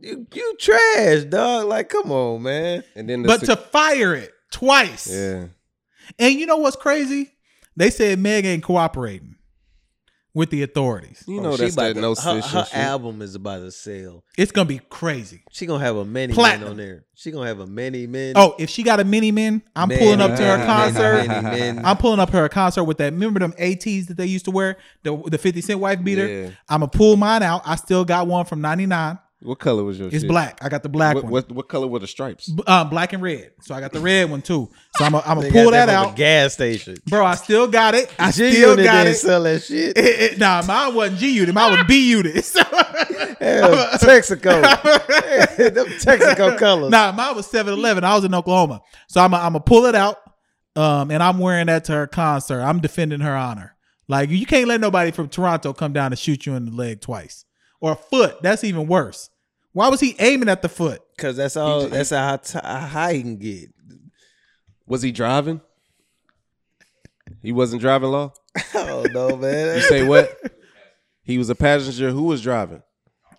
S3: You, you trash, dog. Like, come on, man.
S4: And then the
S6: but
S4: sec-
S6: to fire it twice.
S4: yeah,
S6: And you know what's crazy? They said Meg ain't cooperating with the authorities.
S4: you
S3: Oh,
S4: know
S3: she
S4: that's
S3: about
S4: that
S3: to-
S4: no
S3: her,
S4: sis
S3: her
S4: shit.
S3: album is about to sell.
S6: It's gonna be crazy.
S3: She gonna have a many men
S6: Platinum.
S3: on there. She gonna have a many men.
S6: Oh, if she got a mini man, I'm
S3: Man,
S6: pulling up to her
S3: man,
S6: concert.
S3: man, man, man.
S6: I'm pulling up her concert with that. Remember them ATs that they used to wear, the the 50 Cent wife beater.
S4: Yeah.
S6: I'm gonna pull mine out. I still got one from '99.
S3: Oh,
S4: What color was your?
S6: It's
S4: shit?
S6: black. I got the black
S4: What,
S6: one,
S4: what what color were the stripes?
S6: B- um, black and red. So I got the red one too. So I'm gonna I'm
S3: They
S6: gonna
S3: got
S6: pull that
S3: from the
S6: out,
S3: gas station.
S6: bro. I still got it. I
S3: G
S6: still
S3: Unit
S6: got
S3: didn't
S6: it.
S3: sell that shit.
S6: It- it- Nah, mine wasn't G unit. Mine was B unit. So-
S3: Hell, Texaco. Them Texaco colors.
S6: Nah, mine was 7 Eleven. I was in Oklahoma. So I'm going to pull it out. Um, and I'm wearing that to her concert. I'm defending her honor. Like, you can't let nobody from Toronto come down and shoot you in the leg twice or a foot. That's even worse. Why was he aiming at the foot?
S3: Cause that's all. That's how t- how high he can get.
S4: Was he driving? He wasn't driving law.
S3: Oh no, man.
S4: You say what? He was a passenger who was driving.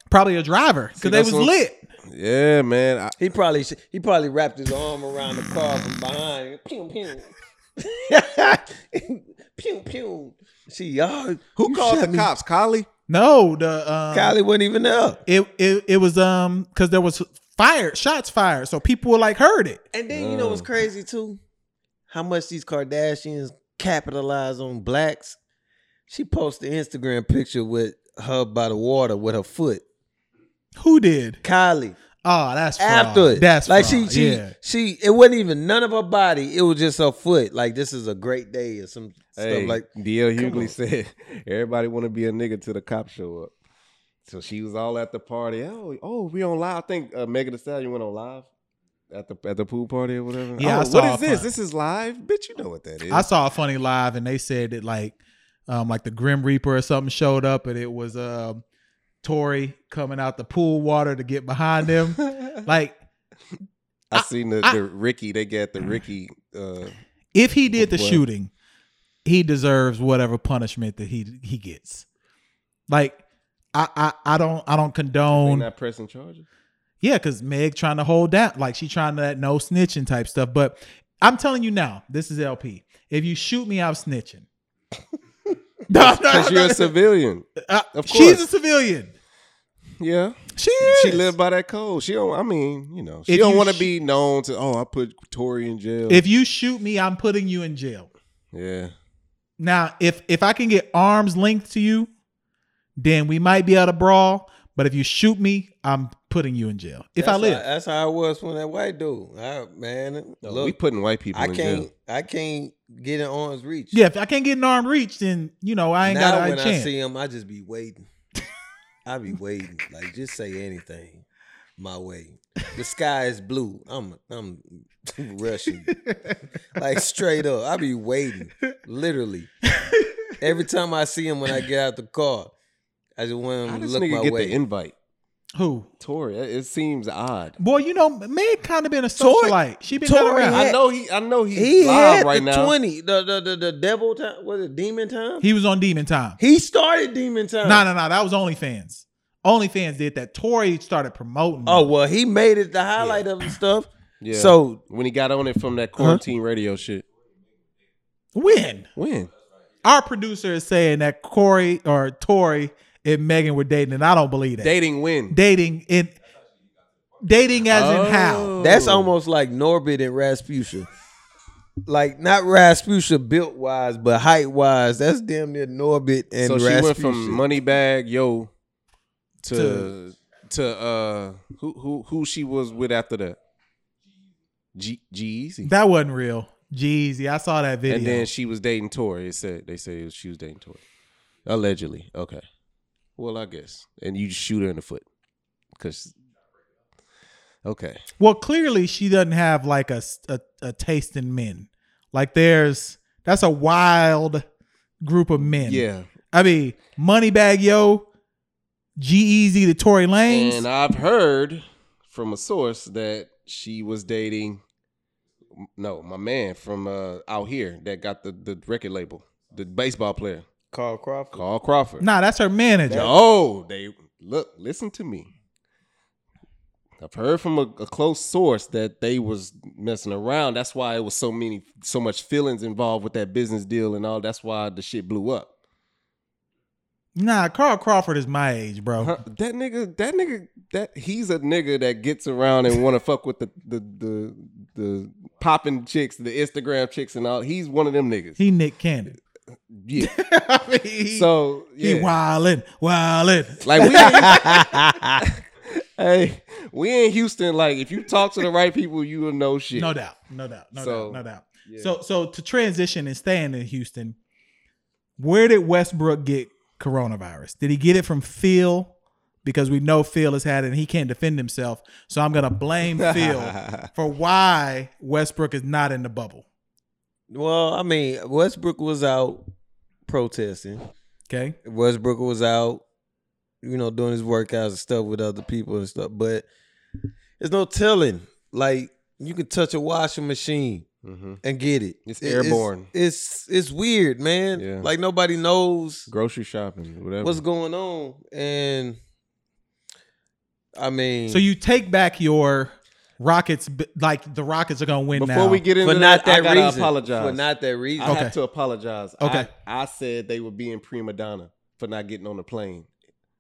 S6: Probably a driver because they
S4: that's
S6: was
S4: what-
S6: lit.
S4: Yeah, man. I,
S3: he probably sh- he probably wrapped his arm around the car from behind. Pew pew. pew pew. She uh, y'all.
S4: who
S3: you
S4: called
S3: shot
S4: the
S3: me.
S4: cops? Collie.
S6: No, the um,
S3: Kylie wasn't even up.
S6: it, it it was um because there was fire shots fired, so people were like heard it.
S3: And then you know what's crazy too? How much these Kardashians capitalize on blacks. She posted an Instagram picture with her by the water with her foot.
S6: Who did?
S3: Kylie.
S6: Oh, that's fraud.
S3: After it.
S6: That's
S3: like she
S6: fraud.
S3: she
S6: yeah.
S3: she it wasn't even none of her body. It was just her foot. Like this is a great day or some
S4: Hey,
S3: stuff like
S4: like DL
S3: come on.
S4: Hughley said, everybody want to be a nigga till the cops show up. So she was all at the party. Oh, oh, we on live. I think uh, Megan Thee Stallion went on live at the at the pool party or whatever.
S6: Yeah, I
S4: oh,
S6: saw
S4: what is
S6: her
S4: this?
S6: fun.
S4: This is live, bitch. You know what that is?
S6: I saw a funny live and they said that like um like the Grim Reaper or something showed up and it was um Tori coming out the pool water to get behind them. like
S4: I,
S6: I-
S4: seen the,
S6: I-
S4: the Ricky. They got the Ricky. Uh,
S6: if he did the
S4: Well-
S6: shooting, he deserves whatever punishment that he he gets. Like I I, I don't I don't
S4: they
S6: condone
S4: not pressing charges.
S6: Yeah, because Meg trying to hold down, like she trying to that no snitching type stuff. But I'm telling you now, this is LP. If you shoot me, I'm snitching. no, no,
S4: Cause you're a
S6: no.
S4: civilian.
S6: Uh,
S4: of
S6: she's a
S4: course.
S6: civilian.
S4: Yeah,
S6: She is.
S4: she lived by that code. She don't. I mean, you know, she
S6: If
S4: don't
S6: you
S4: want to
S6: sh-
S4: be known to. Oh, I put Tori in jail.
S6: If you shoot me, I'm putting you in jail.
S4: yeah,
S6: Now, if if I can get arms linked to you, then we might be out of brawl. But if you shoot me, I'm putting you in jail. If I
S3: That's
S6: live,
S3: how- that's how I was when that white dude. I, man,
S4: No,
S3: look,
S4: we putting white people
S3: I
S4: in
S3: can't.
S4: jail.
S3: I can't get in arm's reach.
S6: yeah. If I can't get an arm reach, then you know I ain't
S3: now
S6: got a
S3: when I
S6: chance.
S3: see him, I just be waiting. I be waiting. Like just say anything my way. The sky is blue. I'm I'm rushing. like straight up. I be waiting. Literally. Every time I see him when I get out the car, I just want
S4: How
S3: him to
S4: this
S3: look
S4: nigga
S3: my
S4: get
S3: way.
S4: the invite?
S6: Who?
S4: Tori, it it seems odd.
S6: Boy, you know, Meg kind of been a
S3: Tory-
S6: socialite. She been kind
S3: Tory
S6: around.
S3: had-
S4: I know he. I know he's
S3: he
S4: live
S3: had
S4: right
S3: the
S4: now.
S3: twenty, the, the the the devil time, was it demon time? He,
S6: He was on Demon Time.
S3: started demon time.
S6: No, no, no. That was OnlyFans. OnlyFans did that. Tory started promoting.
S3: Oh
S6: it.
S3: well, he made it the highlight of the stuff.
S4: Yeah.
S3: So Uh-huh.
S4: when he got on it from that quarantine radio shit,
S6: when?
S4: when
S6: Our producer is saying that Corey or Tori and Megan were dating, and I don't believe that.
S4: Dating when?
S6: dating in dating as
S4: Oh.
S6: in how.
S3: That's almost like Norbit and Rasputia. Like not Rasputia built wise, but height wise. That's damn near Norbit and
S4: so she
S3: Rasputia.
S4: went from Moneybag Yo to to,
S6: To-
S4: uh who who who she was with after that? G G Easy.
S6: That wasn't real. Jeezy, I saw that video.
S4: And then she was dating Tori. It said they say she was dating Tori, allegedly. Okay. Well, I guess. And you shoot her in the foot, because. Okay.
S6: well, clearly she doesn't have like a, s- a- a taste in men. Like there's that's a wild group of men.
S4: Yeah.
S6: I mean, Moneybag Yo, G Easy to Tory Lanez.
S4: And I've heard from a source that she was dating, no, my man from uh, out here that got the the record label, the baseball player,
S3: Carl Crawford.
S4: Carl Crawford.
S6: nah, that's her manager.
S4: No, they look. Listen to me. I've heard from a, a close source that they was messing around. That's why it was so many, so much feelings involved with that business deal and all. That's why the shit blew up.
S6: Nah, Carl Crawford is my age, bro.
S4: Huh, that nigga, that nigga, that he's a nigga that gets around and want to fuck with the the the the popping chicks, the Instagram chicks, and all. He's one of them niggas.
S6: He Nick Cannon.
S4: yeah.
S6: I mean, he,
S4: So yeah.
S6: he wildin', wildin'.
S4: Like we, ain't, hey, we in Houston. Like if you talk to the right people, you will know shit.
S6: No doubt, no doubt, no doubt,
S4: So,
S6: no doubt. So, so to transition and staying in Houston, where did Westbrook get coronavirus? Did he get it from Phil? Because we know Phil has had it and he can't defend himself. So I'm gonna blame Phil for why Westbrook is not in the bubble.
S3: Well, I mean, Westbrook was out protesting.
S6: Okay.
S3: Westbrook was out, you know, doing his workouts and stuff with other people and stuff. But there's no telling. Like you can touch a washing machine
S4: Mhm.
S3: and get it.
S4: It's
S3: It-
S4: airborne.
S3: It's it's, weird, man.
S4: Yeah.
S3: Like nobody knows
S4: Grocery shopping, whatever.
S3: what's going on. And I
S4: Mm.
S3: mean,
S6: So you take back your Rockets, b- like the Rockets are gonna win
S4: Before
S6: now.
S4: we get into
S3: for not
S4: that,
S3: that
S4: I gotta
S3: reason.
S4: apologize.
S3: For not that reason.
S4: I
S6: Okay.
S4: have to apologize.
S6: Okay.
S4: I, I said they were being prima donna for not getting on the plane.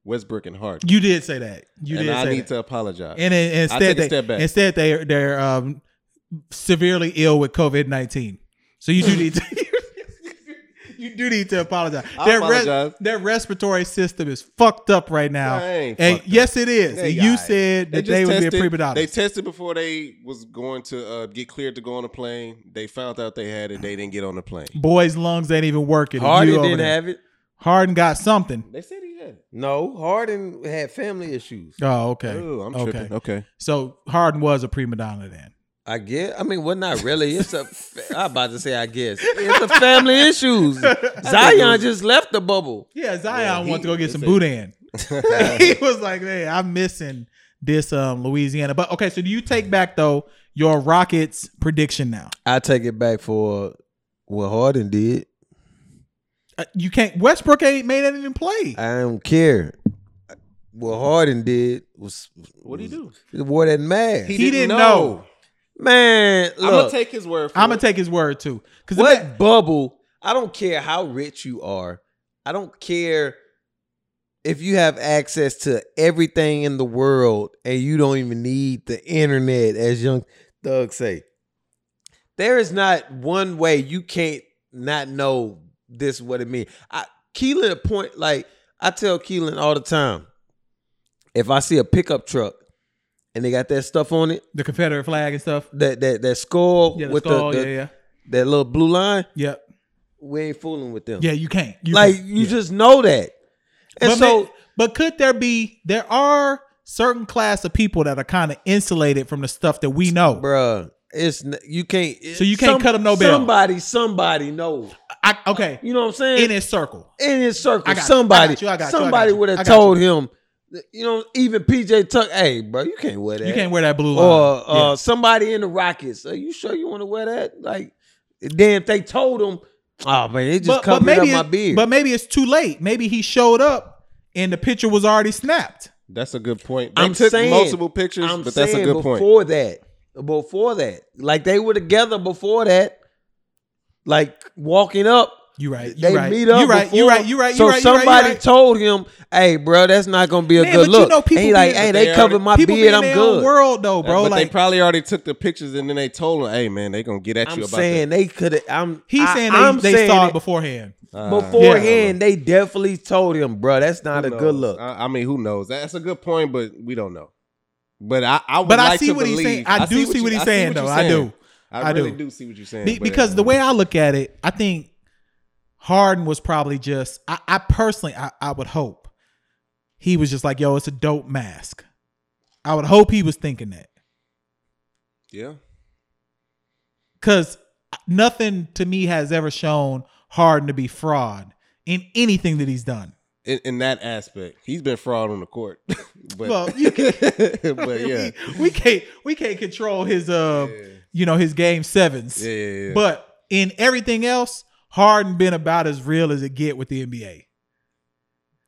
S4: Westbrook and Harden.
S6: you did say that. You
S4: and
S6: did
S4: I
S6: say
S4: need
S6: that.
S4: to apologize.
S6: and, and
S4: I
S6: instead
S4: take a
S6: they
S4: step back.
S6: instead they they're um, severely ill with COVID nineteen. So you do need to you do need to apologize.
S4: I
S6: Their, res-
S4: apologize.
S6: their respiratory system is fucked up right now,
S4: Nah, it ain't
S6: and
S4: fucked up.
S6: yes, it is.
S4: They
S6: And you
S4: alright.
S6: said that they, would be a
S4: tested-
S6: pre
S4: They tested before they was going to uh, get cleared to go on the plane. They found out they had it. They didn't get on the plane.
S6: Boys' lungs ain't even working. and
S3: Harden
S6: you over
S3: didn't
S6: there.
S3: have it.
S6: Harden got something.
S4: They said he had it.
S3: No, Harden had family issues.
S6: Oh, okay.
S4: Oh, I'm
S6: okay.
S4: tripping. Okay.
S6: So Harden was a prima donna then.
S3: I guess. I mean, well, not really. It's a. I'm about to say, I guess. It's a family issues. Zion just left the bubble.
S6: Yeah, Zion wants to go get some
S4: a-
S6: boudin. he was like, "Hey, I'm missing this um, Louisiana." But okay, so do you take back though your Rockets prediction now?
S3: I take it back for what Harden did.
S6: Uh, you can't. Westbrook ain't made anything play.
S3: I don't care. What Harden did was
S4: What do you do?
S3: he wore that mask.
S6: He didn't know.
S3: Man,
S4: I'm gonna
S3: look,
S4: take his word. For
S6: I'm gonna
S4: it.
S6: take his word too. Because
S3: what bubble? I don't care how rich you are. I don't care if you have access to everything in the world and you don't even need the internet, as Young Thug say. There is not one way you can't not know this is what it means. I Keelan a point like I tell Keelan all the time. If I see a pickup truck and they got that stuff on it,
S6: the Confederate flag and stuff.
S3: that that that skull
S6: Yeah, the
S3: with
S6: skull,
S3: the,
S6: yeah,
S3: the-
S6: yeah,
S3: that little blue line,
S6: yep,
S3: we ain't fooling with them.
S6: yeah. You can't. You
S3: like
S6: can't.
S3: you
S6: Yeah.
S3: just know that. And
S6: but
S3: so
S6: ma- but could there be? There are certain class of people that are kind of insulated from the stuff that we know.
S3: bruh, it's n- you can't
S6: So you can't cut 'em no bail.
S3: Somebody, somebody knows.
S6: I, okay,
S3: You know what I'm saying?
S6: in his circle.
S3: in his circle.
S6: I got you,
S3: somebody,
S6: I got you, I got you, I got
S3: somebody
S6: you,
S3: would
S6: I
S3: have
S6: got you.
S3: told him. that, You know, even PJ Tuck. Hey, bro, you can't wear that.
S6: You can't wear that blue line.
S3: Or uh,
S6: Yeah.
S3: somebody in the Rockets. Are you sure you want to wear that? Like, then if they told him, oh man, it just covered up my
S6: it-
S3: beard.
S6: But maybe it's too late. Maybe he showed up and the picture was already snapped.
S4: That's a good point. They
S3: I'm
S4: took
S3: saying-
S4: multiple pictures, but that's a
S3: saying
S4: good point.
S3: Before that, before that, like they were together before that, like walking up.
S6: You right. You
S3: they
S6: right.
S3: meet up.
S6: You right. You
S3: before.
S6: right. You right. You
S3: so
S6: right. you
S3: somebody
S6: right, you right.
S3: told him, "Hey, bro, that's not gonna be a
S6: Man,
S3: good
S6: but you
S3: look."
S6: know people
S3: and he like,
S6: be-
S3: "Hey,
S4: But
S3: they
S4: they
S3: covered
S4: already-
S3: my
S6: People
S3: beard.
S6: be in
S3: I'm
S6: their
S3: good."
S6: own world though, bro.
S4: but
S6: like
S4: they probably already took the pictures and then they told him, "Hey man, they gonna get at
S3: I'm
S4: you about
S3: saying they could. have I'm.
S6: he's
S3: I-
S6: saying
S3: I'm
S6: they, they
S3: saying
S6: saw
S3: it
S6: it beforehand.
S4: that." Uh,
S3: beforehand. They definitely told him, "Bro, that's not a
S4: who
S3: good
S4: knows?
S3: look."
S4: I, I mean, who knows? That's a good point, but we don't know. But I, I would
S6: But I
S4: like
S6: see
S4: to
S6: what he's
S4: believe-
S6: saying. I, do see
S4: you-
S6: what
S4: I
S6: he's
S4: see
S6: saying
S4: what you're
S6: though. I
S4: saying.
S6: do.
S4: I,
S6: I do.
S4: really do. see what you're saying.
S6: Be-
S4: but- um,
S6: because the way I look at it, I think Harden was probably just I, I personally I, I would hope he was just like, yo, it's a dope mask. I would hope he was thinking that.
S4: yeah,
S6: Cause nothing to me has ever shown Harden to be fraud in anything that he's done.
S4: in, in that aspect, he's been fraud on the court. but,
S6: Well, you
S4: but Uh, yeah,
S6: we, we can't we can't control his uh you know his game sevens.
S4: yeah, yeah, yeah.
S6: But in everything else, Harden been about as real as it get with the NBA.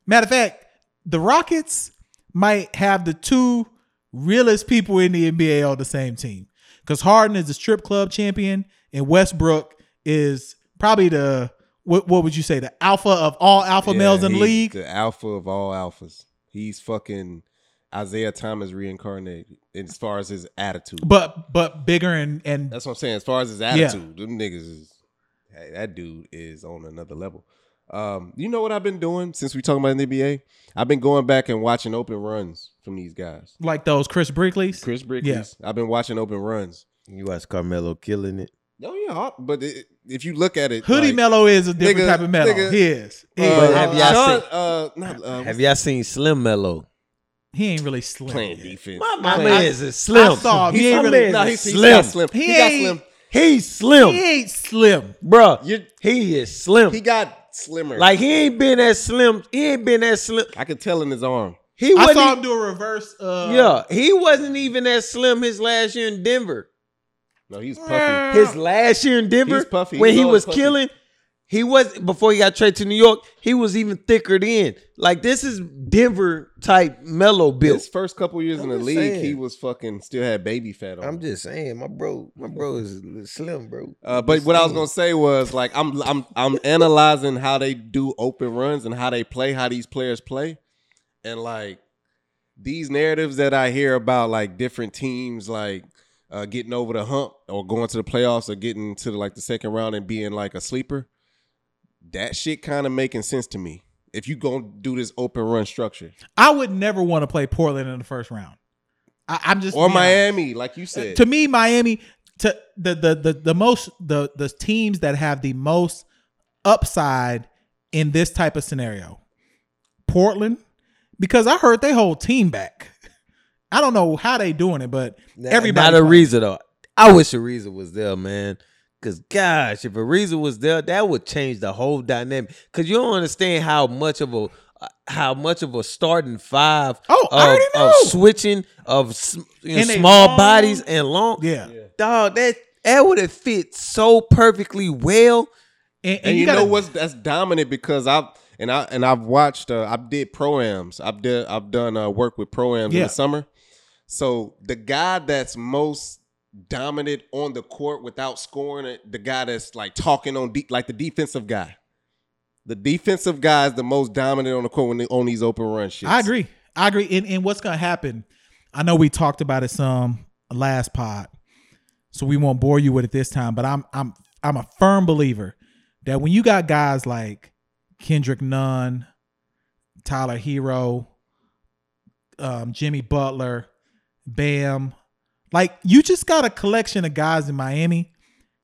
S6: Matter of fact, the Rockets might have the two realest people in the NBA on the same team. Because Harden is the strip club champion and Westbrook is probably the what, what would you say, the alpha of all alpha
S4: Yeah,
S6: males in the
S4: he's
S6: league?
S4: the alpha of all alphas. He's fucking Isaiah Thomas reincarnated as far as his attitude.
S6: but but bigger and and
S4: That's what I'm saying. As far as his attitude, them niggas is hey, that dude is on another level. Um, you know what I've been doing since we talking about the NBA? I've been going back and watching open runs from these guys.
S6: like those Chris Brickley's.
S4: Chris Brickley. I've been watching open runs.
S3: You watch Carmelo killing it.
S4: No, yeah, I- but it, if you look at it,
S6: Hoodie
S4: like,
S6: Mello is a different
S4: nigga-
S6: type of mellow.
S4: nigga,
S6: he is. He,
S4: uh,
S6: is.
S3: But have y'all
S4: Sean,
S3: seen-
S4: uh, not, uh,
S3: Have
S4: what's
S3: y'all seen Slim Mello?
S6: he ain't really slim.
S4: playing
S6: yet.
S4: defense?
S3: My
S6: I-
S3: man is a slim.
S6: I saw him. He
S3: He's
S6: ain't
S3: my
S6: really-
S3: man
S4: Nah,
S3: is
S4: he's, he's got slim.
S6: He
S4: He, got
S6: ain't-
S4: slim.
S3: He's slim.
S6: He ain't slim.
S3: Bro,
S4: You-
S3: he is slim.
S4: He got slimmer.
S3: like he ain't been as slim. He ain't been as slim.
S4: I could tell in his arm.
S3: He
S6: I
S3: wasn't. e-
S6: saw him do a reverse. Uh,
S3: yeah, he wasn't even as slim his last year in Denver.
S4: No, he's puffy.
S3: His last year in Denver,
S4: He's puffy.
S3: when
S4: He's
S3: he
S4: always
S3: was
S4: puffy.
S3: killing, he was before he got traded to New York. He was even thicker then. Like this is Denver type mellow built.
S4: His first couple years
S3: I'm
S4: in the
S3: just
S4: league,
S3: saying.
S4: he was fucking still had baby fat on. him.
S3: I'm just saying, my bro, my bro is slim, bro.
S4: Uh, but what I was gonna say was like I'm I'm I'm analyzing how they do open runs and how they play, how these players play, and like these narratives that I hear about like different teams like uh, getting over the hump or going to the playoffs or getting to like the second round and being like a sleeper. That shit kind of making sense to me. If you gonna do this open run structure
S6: I would never want to play Portland in the first round. I, I'm just
S4: or
S6: being honest.
S4: Miami, like you said,
S6: To me, Miami, to the the the the most the the teams that have the most upside in this type of scenario, Portland, because I heard they whole team back. I don't know how they doing it, but everybody.
S3: Not
S6: playing.
S3: Ariza though. I wish Ariza was there, man. Cause gosh, if Ariza was there, that would change the whole dynamic. Cause you don't understand how much of a uh, how much of a starting five
S6: Oh, I
S3: of,
S6: already
S3: of
S6: know.
S3: switching of s- you know,
S6: And they
S3: small
S6: long-
S3: bodies and long.
S6: Yeah,
S3: dog, that that would have fit so perfectly well.
S6: and, and
S4: and,
S6: you,
S4: you,
S6: gotta,
S4: know what's that's dominant because I've and I and I've watched uh, I did proams I've done I've done uh, work with proams in
S6: Yeah.
S4: the summer. So the guy that's most dominant on the court without scoring it, the guy that's like talking on de- like the defensive guy. The defensive guy is the most dominant on the court when they, on these open run shits.
S6: I agree. I agree. And, and what's going to happen? I know we talked about it some last pod, so we won't bore you with it this time. But I'm I'm I'm a firm believer that when you got guys like Kendrick Nunn, Tyler Hero, um, Jimmy Butler, Bam, like you just got a collection of guys in Miami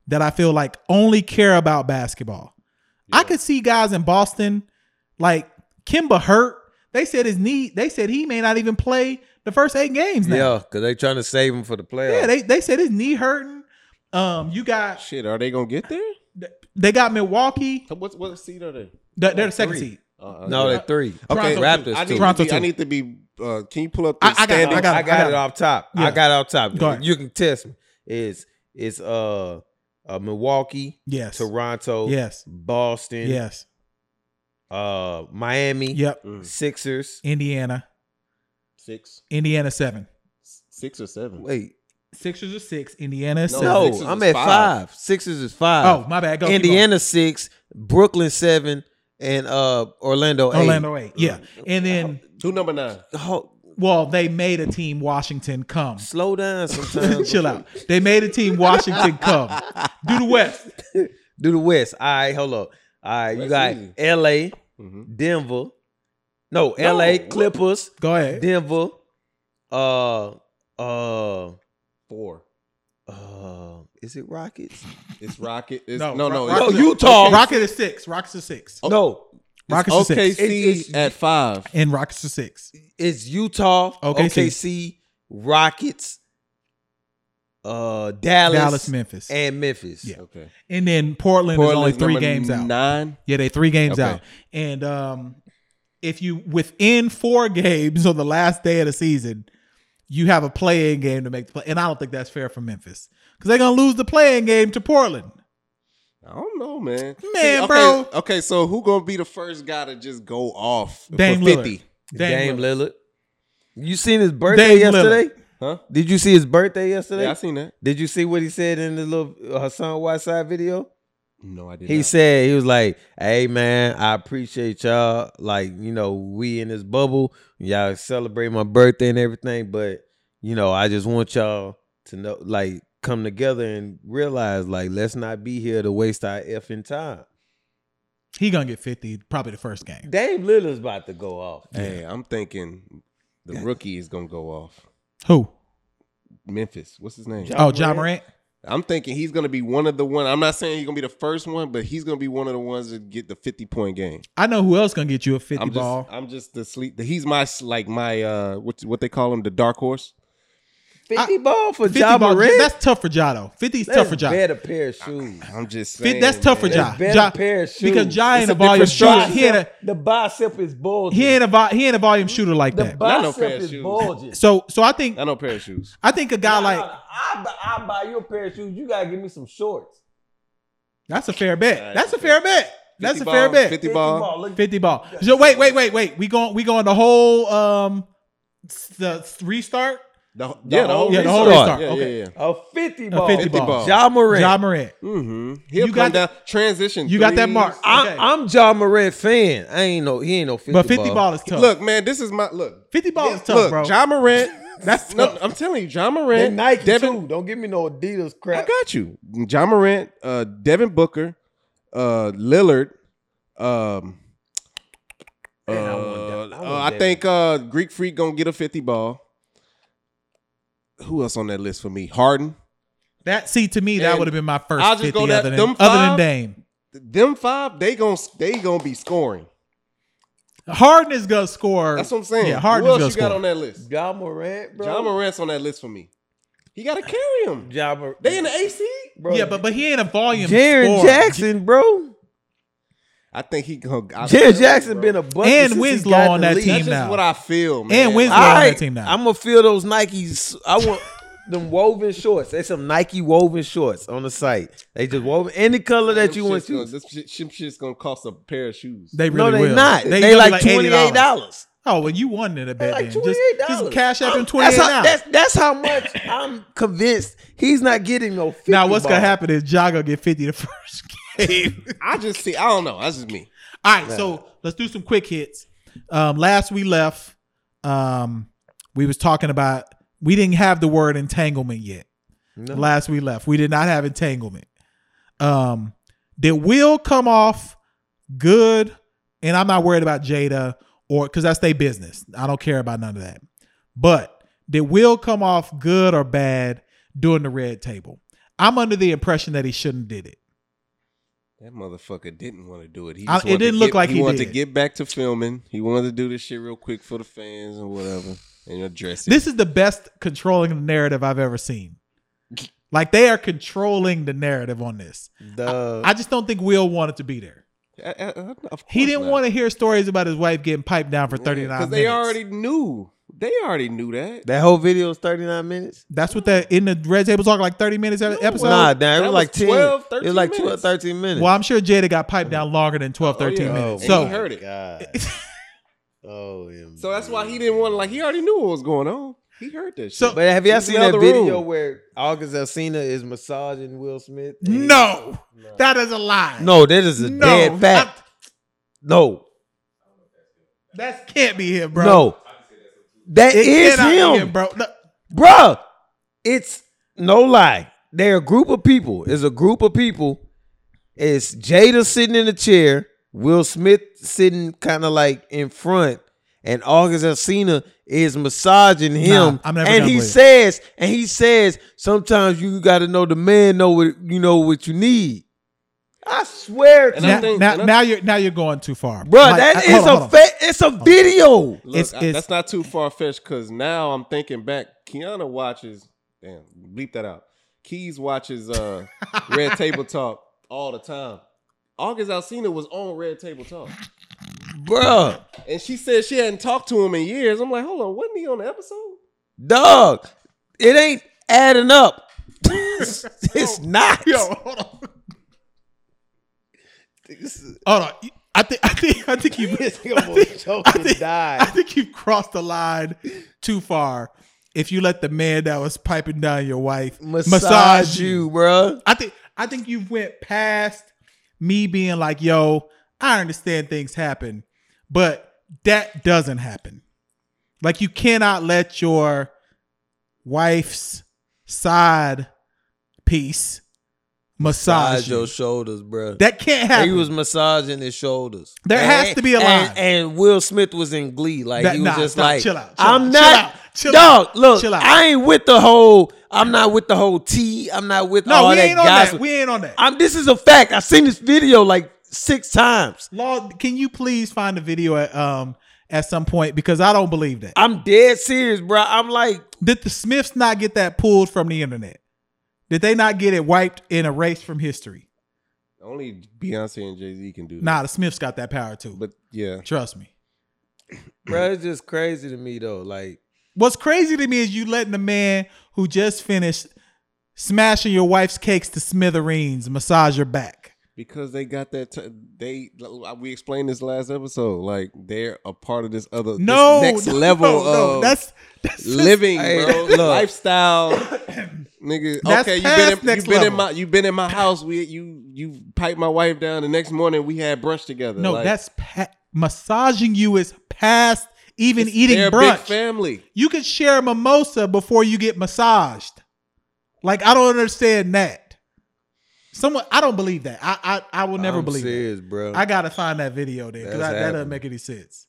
S6: that I feel like only care about basketball. I could see guys in Boston like Kimba hurt. They said his knee. They said he may not even play the first eight games now.
S3: Yeah, cause they trying to save him for the
S6: Yeah,
S3: playoffs.
S6: they they said his knee hurting. Um, you got
S4: Shit, are they gonna get there?
S6: they got Milwaukee.
S4: What's what seed are they?
S6: They're, they're the second
S4: Three.
S6: seed.
S4: Uh,
S3: no, they three.
S6: Okay,
S3: Raptors
S4: I
S3: too.
S4: need,
S6: Toronto
S4: to be, I
S6: too.
S4: need to be. Uh, can you pull up? The
S6: I- I got it,
S4: standings?
S6: I got it.
S3: I got it off top.
S6: Yeah.
S3: I got it off top.
S6: Go ahead.
S3: You can test me. It's it's uh, uh Milwaukee,
S6: Yes.
S3: Toronto,
S6: Yes.
S3: Boston,
S6: Yes.
S3: uh Miami,
S6: Yep.
S3: Sixers.
S6: Indiana.
S4: six,
S6: Indiana seven.
S4: six or seven.
S3: Wait,
S6: Sixers are six. Indiana is
S4: No,
S6: seven.
S3: no,
S4: Sixers
S3: I'm
S4: is
S3: at
S4: five.
S3: five. Sixers is five.
S6: Oh, my bad. Go keep going.
S3: Uh, Indiana six, Brooklyn seven, and uh Orlando eight.
S6: Orlando eight. Yeah. And then
S4: Who number nine?
S3: Ho-
S6: well, they made a team Washington come.
S3: slow down sometimes.
S6: Chill out. They made a team Washington come. Do the West.
S3: Do the West. All right, hold up. All right, you got
S4: West easy.
S3: L.A.,
S4: Mhm.
S3: Denver. No, L.A.
S4: what?
S3: Clippers,
S6: Go ahead.
S3: Denver. Uh, uh,
S4: Four.
S3: uh. Is it Rockets?
S4: It's Rocket. It's,
S6: No,
S4: no, no,
S6: Ro-
S4: it's-
S6: Rockets-
S4: no, Utah.
S6: Oh, Rocket is six. Rockets is six.
S3: No,
S6: Rockets is
S4: OKC
S6: six.
S3: It's- it's-
S4: at five.
S6: And Rockets is six.
S3: it's Utah,
S6: OKC.
S3: OKC, Rockets, uh, Dallas,
S6: Dallas, Memphis.
S3: and Memphis.
S6: Yeah.
S4: Okay.
S6: And then Portland,
S4: Portland's
S6: is only three
S4: number
S6: games out.
S4: Nine.
S6: Yeah, they three games
S4: Okay.
S6: out. And um, if you within four games on the last day of the season, you have a play-in game to make the play. And I don't think that's fair for Memphis because they're gonna lose the play-in game to Portland.
S4: I don't know, man.
S6: Man,
S4: okay,
S6: bro.
S4: Okay, so who gonna be the first guy to just go off
S6: Dame
S4: for
S6: Lillard.
S4: fifty?
S3: Dame, Lillard. You seen his
S6: Dame
S3: birthday yesterday?
S4: Huh?
S3: Did you see his birthday yesterday?
S4: Yeah, I seen that.
S3: Did you see what he said in the little uh, Hassan Whiteside video?
S4: No, I did.
S3: He
S4: not.
S3: said he was like, "Hey man, I appreciate y'all. Like you know, we in this bubble. Y'all celebrate my birthday and everything, but you know, I just want y'all to know, like, come together and realize, like, let's not be here to waste our effing time."
S6: He gonna get fifty probably the first game.
S3: Dame Lillard's about to go off.
S4: "Hey, I'm thinking the rookie is gonna go off."
S6: Who?
S4: Memphis. What's his name?
S6: Oh, John Morant.
S4: I'm thinking he's gonna be one of the one. I'm not saying he's gonna be the first one, but he's gonna be one of the ones that get the 50 point game.
S6: I know who else gonna get you a 50
S4: I'm just,
S6: ball.
S4: I'm just the sleep. He's my s- like my uh, what what they call him, the dark horse.
S3: Fifty ball for
S6: 50
S3: Ja
S6: ball.
S3: Morant.
S6: That's tough for Jotto. 50 is tough for Jotto.
S3: Better pair of shoes.
S4: I'm just
S6: Fit-
S4: saying,
S6: that's tough for
S4: man.
S6: Ja.
S3: better
S6: ja
S3: pair of shoes.
S6: Because Ja
S4: It's
S6: ain't
S4: a
S6: a volume
S4: different
S6: shooter.
S4: shot.
S6: He ain't a,
S3: the bicep is bulging.
S6: he ain't a, vo- he ain't a volume shooter like
S3: the
S6: that.
S4: Not no
S3: bicep
S4: pair of
S3: is
S4: shoes.
S3: bulging.
S6: So so I think
S4: I know a pair of shoes.
S6: I think a
S3: No,
S6: guy
S3: no,
S6: like
S3: no. I, buy, I buy you a pair of shoes. You gotta give me some shorts.
S6: that's a fair bet.
S4: Alright,
S6: that's a
S4: okay.
S6: fair bet. That's
S4: 50
S6: a fair
S4: ball,
S6: bet.
S4: 50
S6: 50,
S3: 50
S4: ball.
S3: ball, look-
S6: ball. So wait, wait, wait, wait. We going we going the whole um s- the restart.
S4: The,
S3: yeah, the whole
S6: Yeah, the whole restart.
S4: Yeah,
S6: Okay.
S4: yeah, yeah.
S3: A 50 ball.
S6: 50
S4: ball.
S3: Ja Morant.
S6: Ja Morant.
S4: Mm-hmm. He'll
S6: You
S4: you
S6: got
S4: got that transition.
S6: you got that mark.
S4: threes.
S3: I'm,
S6: Okay.
S3: I'm Ja Morant fan. I ain't no, he ain't no 50
S6: But 50 ball, is tough.
S4: Look, man, this is my look.
S6: 50 ball is tough,
S4: look,
S6: bro.
S4: John Morant.
S6: That's
S4: no,
S6: tough.
S4: I'm telling you, John
S3: They
S4: Morant.
S3: Nike
S4: Devin,
S3: too. Don't give me no Adidas
S4: I
S3: crap.
S4: got you. John Morant, uh, Devin Booker, uh, Lillard, um,
S3: Man,
S4: uh,
S3: I want Devin- I
S4: uh,
S3: want
S4: I
S3: Devin.
S4: think uh, Greek Freak gonna get a 50 ball. Who else on that list for me? Harden.
S6: that see to me that
S4: And
S6: would have been my first
S4: I'll just
S6: 50
S4: go that-
S6: other, than,
S4: them
S6: other than
S4: five-
S6: Dame.
S4: Them five, they gonna they gonna be scoring.
S6: Harden is gonna score.
S4: That's what I'm saying.
S6: Yeah, Harden
S4: Who
S6: is
S4: else
S6: gonna score.
S4: you got on that list?
S3: Ja Morant, bro.
S4: John Morant's on that list for me. He got to carry him.
S3: Ja Morant.
S4: They in the AC?
S3: bro.
S6: yeah, but but he ain't a volume
S3: Jaron
S6: scorer.
S3: Jackson, bro.
S4: I think he gonna. I-
S3: Jaron Jackson been a bucket
S6: And
S3: since he
S6: Winslow
S3: got in
S6: on
S3: the
S6: that
S3: league.
S6: team
S4: That's just
S6: now.
S4: what I feel, man.
S6: Winslow-
S4: Like,
S6: on that
S3: Alright,
S6: team now.
S3: I'm gonna feel those Nikes. I want them woven shorts. They some Nike woven shorts on the site. They just woven any color that you
S4: them
S3: want
S4: shit's gonna-
S3: to.
S4: This shit, shit- shit's gonna cost a pair of shoes.
S6: They
S3: No,
S6: really
S3: they
S6: will.
S3: not. They,
S6: gonna be
S3: like twenty eight dollars.
S6: Oh well, you won it a bet.
S3: Like
S6: then.
S3: twenty
S6: Just,
S3: eight
S6: just
S3: dollars.
S6: cash up in twenty eight
S3: That's how,
S6: dollars.
S3: that's, that's how much I'm convinced he's not getting no. 50
S6: Now what's gonna
S3: ball.
S6: happen is Jago get fifty the first game.
S4: I just see. I don't know. That's just me.
S6: All right, so let's do some quick hits. Um, last we left, um, we was talking about we didn't have the word entanglement yet. Last we left, we did not have entanglement. Um, that will come off good, and I'm not worried about Jada or because that's their business. I don't care about none of that. But that will come off good or bad during the red table. I'm under the impression that he shouldn't did it.
S4: That motherfucker didn't want to do it. He
S6: I-
S4: just
S6: it
S4: wanted to
S6: didn't look
S4: get-
S6: like he
S4: wanted
S6: did.
S4: to get back to filming. He wanted to do this shit real quick for the fans and whatever, and address it.
S6: This is the best controlling the narrative I've ever seen. Like they are controlling the narrative on this.
S3: The,
S6: I just don't think Will wanted to be there.
S4: I- I- I- Uh, of
S6: He
S4: course
S6: didn't
S4: not.
S6: want to hear stories about his wife getting piped down for
S4: Yeah,
S6: 39 minutes.
S4: they already knew. They already knew that.
S3: that whole video is thirty nine minutes.
S6: That's what that in the Red Table Talk like 30 minutes every episode.
S3: nah, damn, it
S4: that
S3: was
S4: was
S3: like 10,
S4: 12,
S3: It was like
S4: 13
S3: 12,
S4: minutes.
S3: 13 minutes.
S6: well, I'm sure Jada got piped down longer than 12, 13
S4: yeah.
S6: minutes.
S4: Oh,
S6: so
S4: we heard it.
S3: God. oh, yeah, Oh,
S4: So that's why he didn't want to. Like he already knew what was going on. He heard that shit.
S6: So-
S3: But have y'all
S4: He's
S3: seen
S4: in
S3: that
S4: the other
S3: video
S4: room.
S3: where August Alsina is massaging Will Smith? And-
S6: No, that is a lie.
S3: no, that is a
S6: No,
S3: dead fact.
S6: I-
S3: no,
S6: that can't be him, bro.
S3: no, that
S6: it
S3: is
S6: cannot be
S3: him,
S6: him, bro. No,
S3: bruh. It's no lie. They're a group of people. It's a group of people. It's Jada sitting in a chair, Will Smith sitting kind of like in front, and August Alsina is massaging him.
S6: I'm never
S3: and
S6: gonna
S3: he
S6: believe it.
S3: says, and he says, sometimes you got to know the man know what you know what you need. I swear, to
S4: And I
S6: now,
S3: you,
S4: think-
S6: now,
S4: and I-
S6: now you're now you're going too far,
S3: bro,
S6: Like,
S3: that
S6: I-
S3: is
S6: hold on, hold
S3: a
S6: on.
S3: fa- it's a video.
S4: Look,
S6: It's-
S4: I-
S6: it's-
S4: that's not too far fetched because now I'm thinking back. Kiana watches, damn, bleep that out. Keys watches uh, Red Table Talk all the time. August Alsina was on Red Table Talk,
S3: Bruh,
S4: and she said she hadn't talked to him in years. I'm like, hold on, wasn't he on the episode?
S3: dog, it ain't adding up. it's it's not.
S6: Yo, hold on. Hold on. I think I think I think you I think, I think you've crossed the line too far. If you let the man that was piping down your wife
S3: Massage, you, bruh.
S6: I think I think you went past me being like, yo, I understand things happen, but that doesn't happen. Like you cannot let your wife's side piece massage,
S3: Massage
S6: you.
S3: your shoulders, bruh.
S6: that can't
S3: And
S6: happen.
S3: he was massaging his shoulders.
S6: There
S3: And-
S6: has to be a
S3: and-
S6: line.
S3: And, Will Smith was in Glee, like
S6: That-
S3: he was
S6: nah,
S3: just
S6: nah,
S3: like,
S6: chill out, chill
S3: "I'm
S6: out, chill
S3: not,
S6: out, chill
S3: dog.
S6: out,
S3: look,
S6: chill out."
S3: I ain't with the whole. I'm not with the whole tea. I'm not with
S6: no,
S3: all
S6: we
S3: that
S6: ain't on
S3: gossip.
S6: that. We ain't on that.
S3: I'm. This is a fact. I've seen this video like six times.
S6: Law, can you please find the video at um at some point because I don't believe that.
S3: I'm dead serious, bro. I'm like,
S6: Did the Smiths not get that pulled from the internet? Did they not get it wiped and erased from history?
S4: Only Beyonce and Jay Z can do that.
S6: Nah, the Smiths got that power too.
S4: but yeah,
S6: Trust me.
S3: bro, it's just crazy to me though. Like,
S6: What's crazy to me is you letting the man who just finished smashing your wife's cakes to smithereens massage your back.
S4: because they got that. T- they we explained this last episode. Like they're a part of this other this
S6: No,
S4: next
S6: no,
S4: level
S6: no, no.
S4: of
S6: that's that's
S4: living,
S3: Hey,
S4: bro.
S3: look.
S4: Lifestyle, nigga.
S6: That's
S4: okay, you
S6: past
S4: been in, you
S6: next
S4: been in
S6: level.
S4: my you been in my house. We you you piped my wife down. The next morning we had brunch together.
S6: no,
S4: Like,
S6: that's pa- massaging you is past even
S4: it's
S6: eating
S4: their
S6: brunch.
S4: Big family.
S6: You can share a mimosa before you get massaged. Like I don't understand that. Someone, I don't believe that. I I, I will never
S3: I'm
S6: believe
S3: serious, bro.
S6: that. I gotta find that video then because
S3: That's
S6: that doesn't
S3: happening.
S6: make any sense.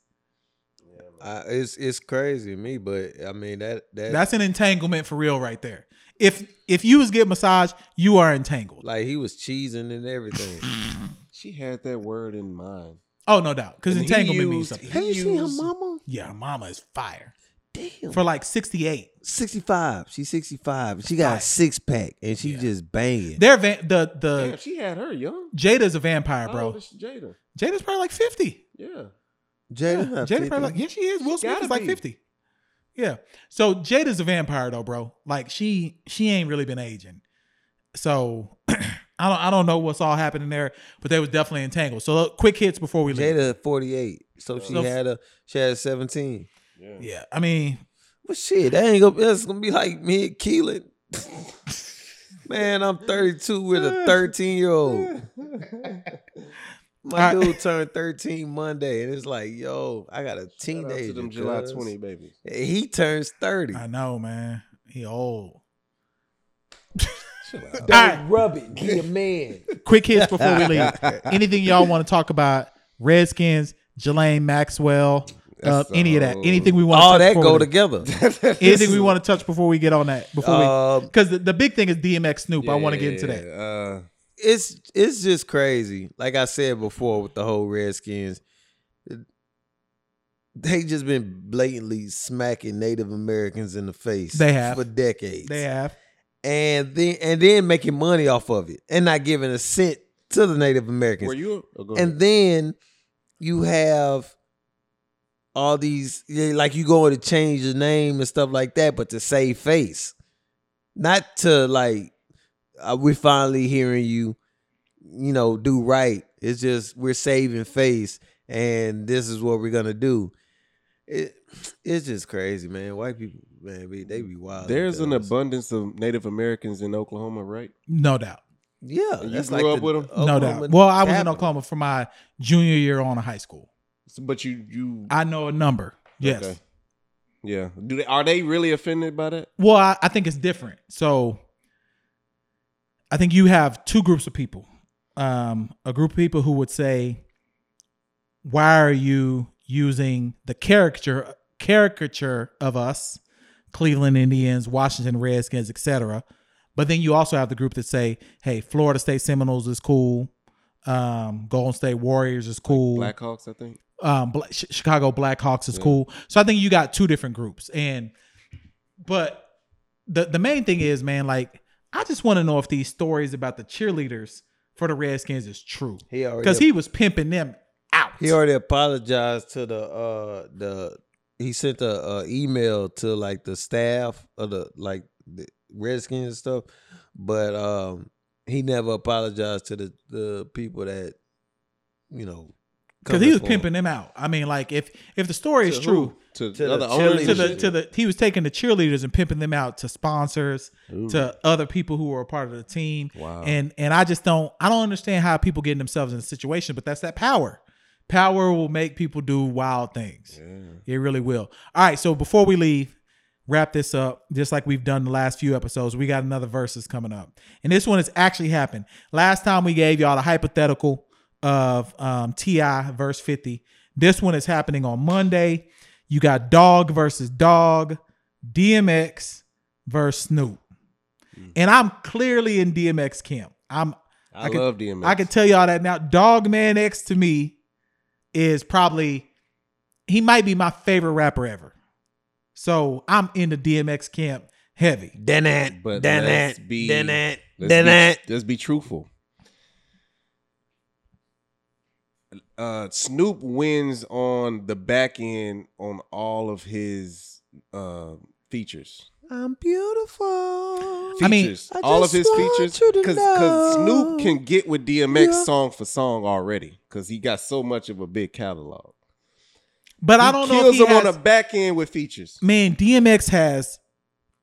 S3: I, it's it's crazy to me, but I mean that that
S6: That's an entanglement for real right there. If if you was getting massaged, you are entangled.
S3: like he was cheesing and everything.
S4: She had that word in mind.
S6: oh no doubt, because
S4: And he
S6: entanglement means
S4: used-
S6: something.
S4: he used-
S3: mama?
S6: yeah, her mama is fire
S3: Damn.
S6: for like sixty eight.
S3: 65. She's 65. She got a six pack and she just banging.
S6: They're van- the the
S4: Damn, she had her young.
S6: Jada's a vampire,
S3: Oh,
S4: How old
S6: bro.
S4: is Jada?
S6: Jada's probably like fifty.
S4: Yeah.
S3: Jada,
S6: Yeah,
S3: not
S6: Jada's
S3: 50.
S6: probably like, yeah, she is. Will Smith
S4: gotta
S6: is like
S4: be.
S6: 50. Yeah. So Jada's a vampire though, bro. Like she she ain't really been aging. So I don't I don't know what's all happening there, but they was definitely entangled. So look, quick hits before we leave.
S3: Jada 48. So she
S6: So-
S3: had a she had a 17.
S6: Yeah. I mean,
S3: Well shit, that ain't gonna that's gonna be like me and Keelan. Man, I'm 32 with a 13 year old. My
S6: All right.
S3: dude turned 13 Monday, and it's like, yo, I got a
S4: Shout out
S3: teenager.
S4: to them July
S3: cuz.
S4: 20 babies.
S3: He turns 30.
S6: I know, man. He old.
S3: Don't
S6: Alright.
S3: rub it. Be a man.
S6: Quick hits before we leave. Anything y'all want to talk about? Redskins, Jelaine Maxwell, uh,
S4: That's a
S6: any of that.
S4: whole-
S6: Anything we want to
S3: All
S6: touch
S3: that
S6: before
S3: go
S6: we-
S3: together.
S6: Anything we want to touch before we get on that. Before we
S3: Um,
S6: because the, the big thing is DMX Snoop. I want to get into that.
S4: Uh,
S3: it's it's just crazy. Like I said before, with the whole Redskins, they just been blatantly smacking Native Americans in the face.
S6: They have.
S3: for decades.
S6: They have.
S3: and then and then making money off of it and not giving a cent to the Native Americans.
S4: were you? Oh, go
S3: and
S4: ahead.
S3: then you have all these yeah, like you going to change the name and stuff like that but to save face not to like uh, we're finally hearing you you know do right it's just we're saving face and this is what we're gonna do it, it's just crazy man white people man, we, they be wild.
S4: There's an abundance of Native Americans in Oklahoma, right?
S6: No doubt.
S3: Yeah,
S4: You
S3: that's
S4: grew
S3: like
S4: up
S3: the
S4: with 'em?
S6: No
S3: Oklahoma
S6: doubt. Well, I was in
S3: capital.
S6: Oklahoma for my junior year on in high school.
S4: So- But you you
S6: I know a number. Yes.
S4: Okay. yeah. Do they are they really offended by that?
S6: Well, I, I think it's different. So I think you have two groups of people. Um, a group of people who would say, Why are you using the caricature caricature of us, Cleveland Indians, Washington Redskins, etc. But then you also have the group that say, Hey, Florida State Seminoles is cool, um, Golden State Warriors is cool.
S4: Blackhawks, I think.
S6: um, Bla- Ch- Chicago Blackhawks is cool. So I think you got two different groups, and but the the main thing is, man, like I just want to know if these stories about the cheerleaders for the Redskins is true
S3: He already
S6: because he was pimping them out.
S3: He already apologized to the uh the he sent a, uh email to like the staff of the like the Redskins and stuff, but um he never apologized to the the people that you know
S6: because he was
S3: covered for
S6: pimping
S3: him.
S6: them out. I mean, like if if the story is true,
S4: To,
S3: To the
S4: other owners.
S6: to the to the he was taking the cheerleaders and pimping them out to sponsors to other people who were a part of the team.
S4: Wow.
S6: And and I just don't I don't understand how people getting themselves in a situation, but that's that power. Power will make people do wild things. It really will. All right, so before we leave, wrap this up just like we've done the last few episodes. We got another verses coming up. And this one has actually happened. Last time we gave y'all the hypothetical of um, TI verse 50. This one is happening on Monday. You got dog versus dog, DMX versus Snoop.
S4: Mm.
S6: And I'm clearly in DMX camp. I'm
S4: I,
S6: I could-
S4: love DMX.
S6: I can tell y'all that now. Dog Man X to me is probably he might be my favorite rapper ever. So I'm in the DMX camp heavy.
S3: Then it,
S4: But
S3: then
S4: let's
S3: it,
S4: be-
S3: then it,
S4: Let's
S3: then it.
S4: be, let's be truthful. Uh, Snoop wins on the back end on all of his uh, features.
S3: I'm beautiful.
S6: I mean,
S4: Features.
S3: I
S4: all of
S3: just
S4: his
S3: want
S4: features,
S3: you to
S4: because
S3: know.
S4: Snoop can get with DMX
S3: Yeah.
S4: song for song already, because he got so much of a big catalog.
S6: But
S4: he
S6: I don't know if
S4: kills
S6: he
S4: him
S6: has,
S4: on the back end with features.
S6: man. DMX has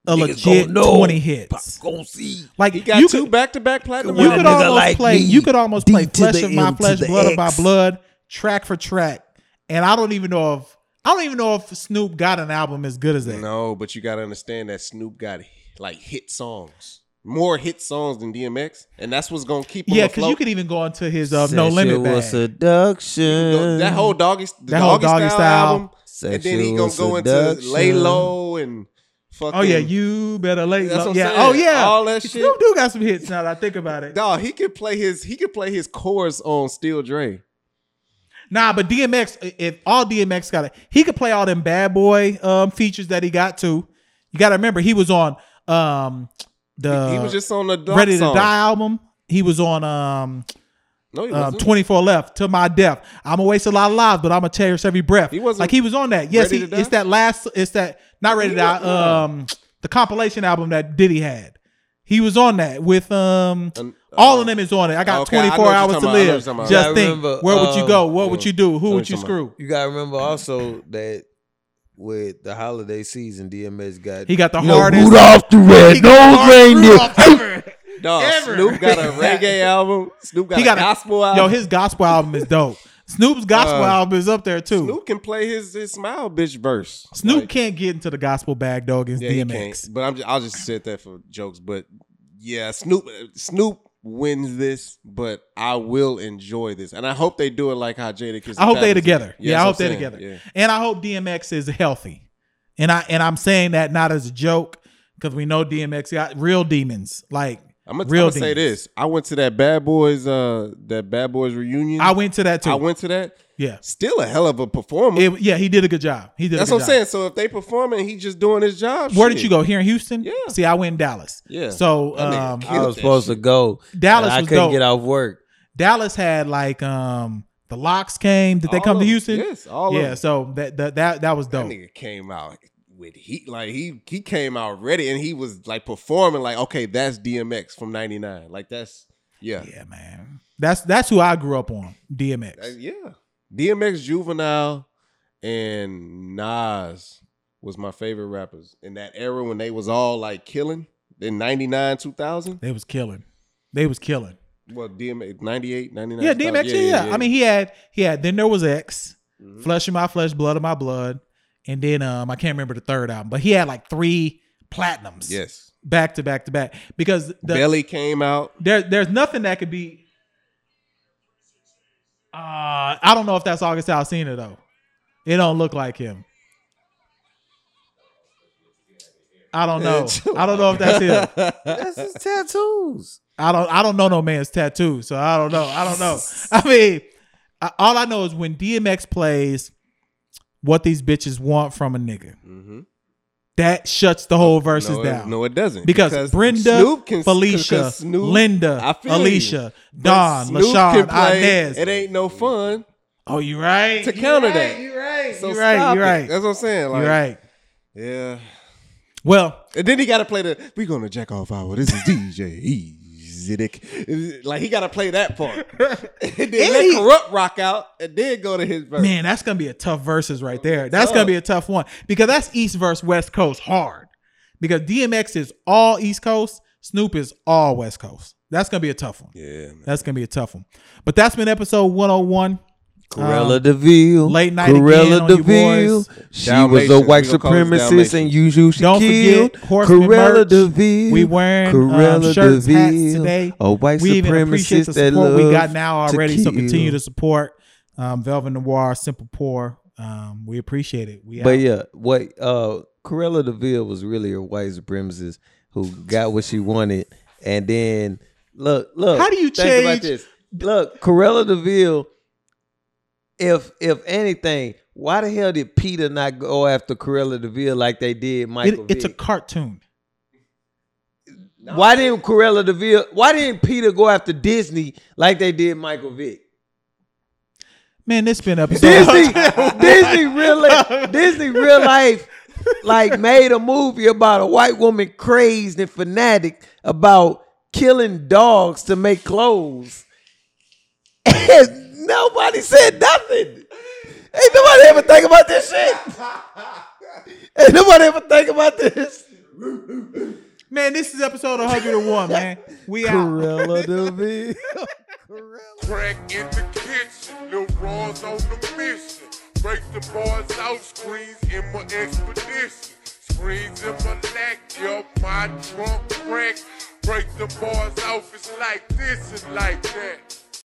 S6: a
S3: Niggas
S6: legit
S3: gon' know.
S6: twenty
S3: Pop
S6: hits.
S3: gon' see.
S6: Like
S4: He got
S6: you
S4: two
S6: could,
S4: back to back platinum.
S6: you
S3: When a
S6: could
S4: albums.
S3: nigga
S6: almost
S3: like
S6: play.
S3: me,
S6: you could almost
S3: D
S6: play
S3: to the
S6: flesh of my
S3: M to
S6: flesh,
S3: the
S6: blood of my
S3: X.
S6: blood, track for track. And I don't even know if I don't even know if Snoop got an album as good as that.
S4: No, but you gotta understand that Snoop got like hit songs, more hit songs than DMX, and that's what's gonna keep him
S6: Yeah, because
S4: afloat.
S6: you could even go into his uh, no limit bag.
S3: seduction.
S4: that whole doggy, the
S6: That whole
S4: doggy,
S6: Doggy
S4: style,
S6: Style.
S4: album, and then he gonna go into lay low and fucking.
S6: Oh yeah, you better lay.
S4: That's
S6: low.
S4: what I'm
S6: Yeah.
S4: saying.
S6: Oh yeah.
S4: All that shit.
S6: Snoop do got some hits now that I think about it.
S4: Dog, he could play his he could play his chorus on Steel Dre.
S6: Nah, but DMX, if all DMX got it, he could play all them bad boy um, features that he got to. You got to remember he was on um the
S4: he was just on the dog
S6: Ready
S4: song.
S6: to Die album. He was on um,
S4: No, he
S6: um
S4: wasn't.
S6: 24 Left to My Death. I'm gonna waste a lot of lives, but I'm gonna cherish every breath.
S4: He wasn't
S6: like he was on that. Yes,
S4: Ready
S6: he,
S4: to Die?
S6: it's that last. It's that not Ready to Die. Um, the compilation album that Diddy had. He was on that with um.
S4: And, uh,
S6: All of them is on it. I got
S4: okay, I know
S6: 24
S4: what you're
S6: hours
S4: talking
S6: to
S4: about. I know
S6: live.
S4: what you're talking about.
S6: Just
S3: I
S6: think,
S3: remember,
S6: where would you
S3: um,
S6: go? What would
S4: yeah.
S6: you do? Who
S4: know
S6: would
S4: what
S6: you
S4: you're talking
S6: screw?
S3: You gotta remember also that with the holiday season, DMX got
S6: He got the
S3: You know,
S6: hardest.
S7: Rudolph the
S6: He
S7: red
S6: got the
S7: nose
S6: hardest
S7: reindeer.
S6: Rudolph ever.
S4: Dog,
S6: Ever.
S4: Snoop got a reggae album. Snoop got,
S6: He got
S4: a
S6: a-
S4: gospel album.
S6: Yo, his gospel album is dope. Snoop's gospel
S4: Uh,
S6: album is up there too. Snoop,
S4: Snoop can play his, his smile bitch verse. Like,
S6: can't get into the gospel bag though against
S4: yeah, he
S6: DMX.
S4: can't. But I'm just, I'll just said that for jokes. But yeah, Snoop Snoop wins this, but I will enjoy this, and I hope they do it like how Jada Kiss.
S6: I hope they're
S4: Tyrese did.
S6: together. Yeah, I
S4: that's
S6: hope
S4: what
S6: they're
S4: I'm saying.
S6: together.
S4: Yeah.
S6: And I hope DMX is healthy. And I and I'm saying that not as a joke because we know DMX got real demons. Like
S4: I'm gonna,
S6: Real
S4: I'm gonna say
S6: demons.
S4: this. I went to that Bad Boys, uh, that Bad Boys reunion.
S6: I went to that too.
S4: I went to that.
S6: yeah.
S4: Still a hell of a performer.
S6: It- yeah, he did a good job. He did.
S4: that's
S6: a
S4: what
S6: good
S4: I'm
S6: job.
S4: saying. So if they perform and he just doing his job,
S6: Where
S4: shit.
S6: did you go? Here in Houston?
S4: Yeah.
S6: See, I went in Dallas.
S4: Yeah.
S6: So
S4: That nigga
S6: um,
S4: killed
S3: I was
S4: that
S3: supposed
S4: shit.
S3: to go.
S6: Dallas
S3: and I
S6: was
S3: couldn't
S6: dope.
S3: get off work.
S6: Dallas had like um the locks came. Did they
S4: All
S6: come
S4: of
S6: to
S4: them.
S6: Houston?
S4: Yes, all of
S6: yeah,
S4: them.
S6: so that, that that that was
S4: That
S6: dope.
S4: nigga came out with heat. Like he he came out ready and he was like performing like, okay, that's DMX from '99. Like that's yeah.
S6: Yeah, man. That's that's who I grew up on. DMX.
S4: That- yeah. DMX Juvenile and Nas was my favorite rappers in that era when they was all like killing in 99 2000
S6: They was killing. They was killing.
S4: well DMX 98 99
S6: Yeah, DMX. Yeah, yeah, Mm-hmm. I mean, he had he had. Then there was X,
S4: Mhm.
S6: Flesh of My Flesh, Blood of My Blood, and then um I can't remember the third album, but he had like three platinums.
S4: yes
S6: back to back to back because the,
S4: Belly came out
S6: there there's nothing that could be. Uh, I don't know if that's August Alsina though. It don't look like him. I don't know. I don't know if that's him.
S3: That's his tattoos.
S6: I don't I don't know no man's tattoo, so I don't know. I don't know. I mean, I, all I know is when DMX plays what these bitches want from a nigga,
S3: Mm-hmm.
S4: Mhm.
S6: that shuts the whole verses
S4: no, it-
S6: down.
S4: no it doesn't
S6: because, Brenda,
S4: Snoop can-
S6: Felicia,
S4: because Snoop- I
S6: Linda,
S4: feel you.
S6: Alicia,
S4: But
S6: Don,
S4: Snoop
S6: LaShawn,
S4: can play,
S6: Inez.
S4: it ain't no fun
S6: oh, you right.
S4: to
S6: You
S4: counter
S6: right,
S4: that.
S6: You right.
S4: so
S6: you right.
S4: stop
S6: You
S4: it.
S6: right.
S4: that's what I'm saying like
S6: you right.
S4: yeah
S6: Well,
S4: And then he got to play the "We gonna jack off hour." This is DJ Eazy-Dick. Like he got to play that part. and then let
S6: he-
S4: corrupt rock out, and then go to his verse.
S6: man, that's gonna be a tough versus right there. That's gonna be a tough one because that's East versus West Coast hard. Because DMX is all East Coast, Snoop is all West Coast. That's gonna be a tough one.
S4: Yeah, man.
S6: That's gonna be a tough one. But that's been episode 101.
S2: Corella DeVille.
S6: Um, late night again on you boys.
S2: She was a
S4: Dalmatians.
S2: white
S4: We gonna call this
S2: supremacist
S4: Dalmatian.
S2: and you, you she
S6: Don't
S2: killed.
S6: forget, Horseman
S2: Corella
S6: merch.
S2: DeVille.
S6: We wearing, um, shirts, hats today.
S2: A white
S6: we even appreciate the
S2: supremacist that
S6: support
S2: love
S6: we got now
S2: to
S6: already. So
S2: kill.
S6: continue to support um, Velvet Noir, Simple Pour. Um, we appreciate it. We
S2: But
S6: out.
S2: yeah,
S3: What uh Corella DeVille was really a white supremacist who got what she wanted and then look look
S6: How do you
S3: think about
S6: change-
S3: this. Look, Corella DeVille, if if anything, why the hell did Peter not go after Corella DeVille like they did
S6: it,
S3: Michael?
S6: it's a
S3: Vick?
S6: cartoon.
S3: why didn't Corella DeVille why didn't Peter go after Disney like they did Michael Vick?
S6: Man, this been episode.
S3: Disney, Disney real life, Disney real life, like made a movie about a white woman crazed and fanatic about killing dogs to make clothes, and nobody said nothing. Ain't nobody ever think about this shit. Ain't nobody ever think about this.
S6: Man, this is episode 101, man. We out.
S3: Corella DeVille.
S5: Crack in the kitchen, Lil Ron's on the mission. Break the bars out, screens in my expedition. Screens in my lack, up my drunk crack. Break the bars off, it's like this and like that.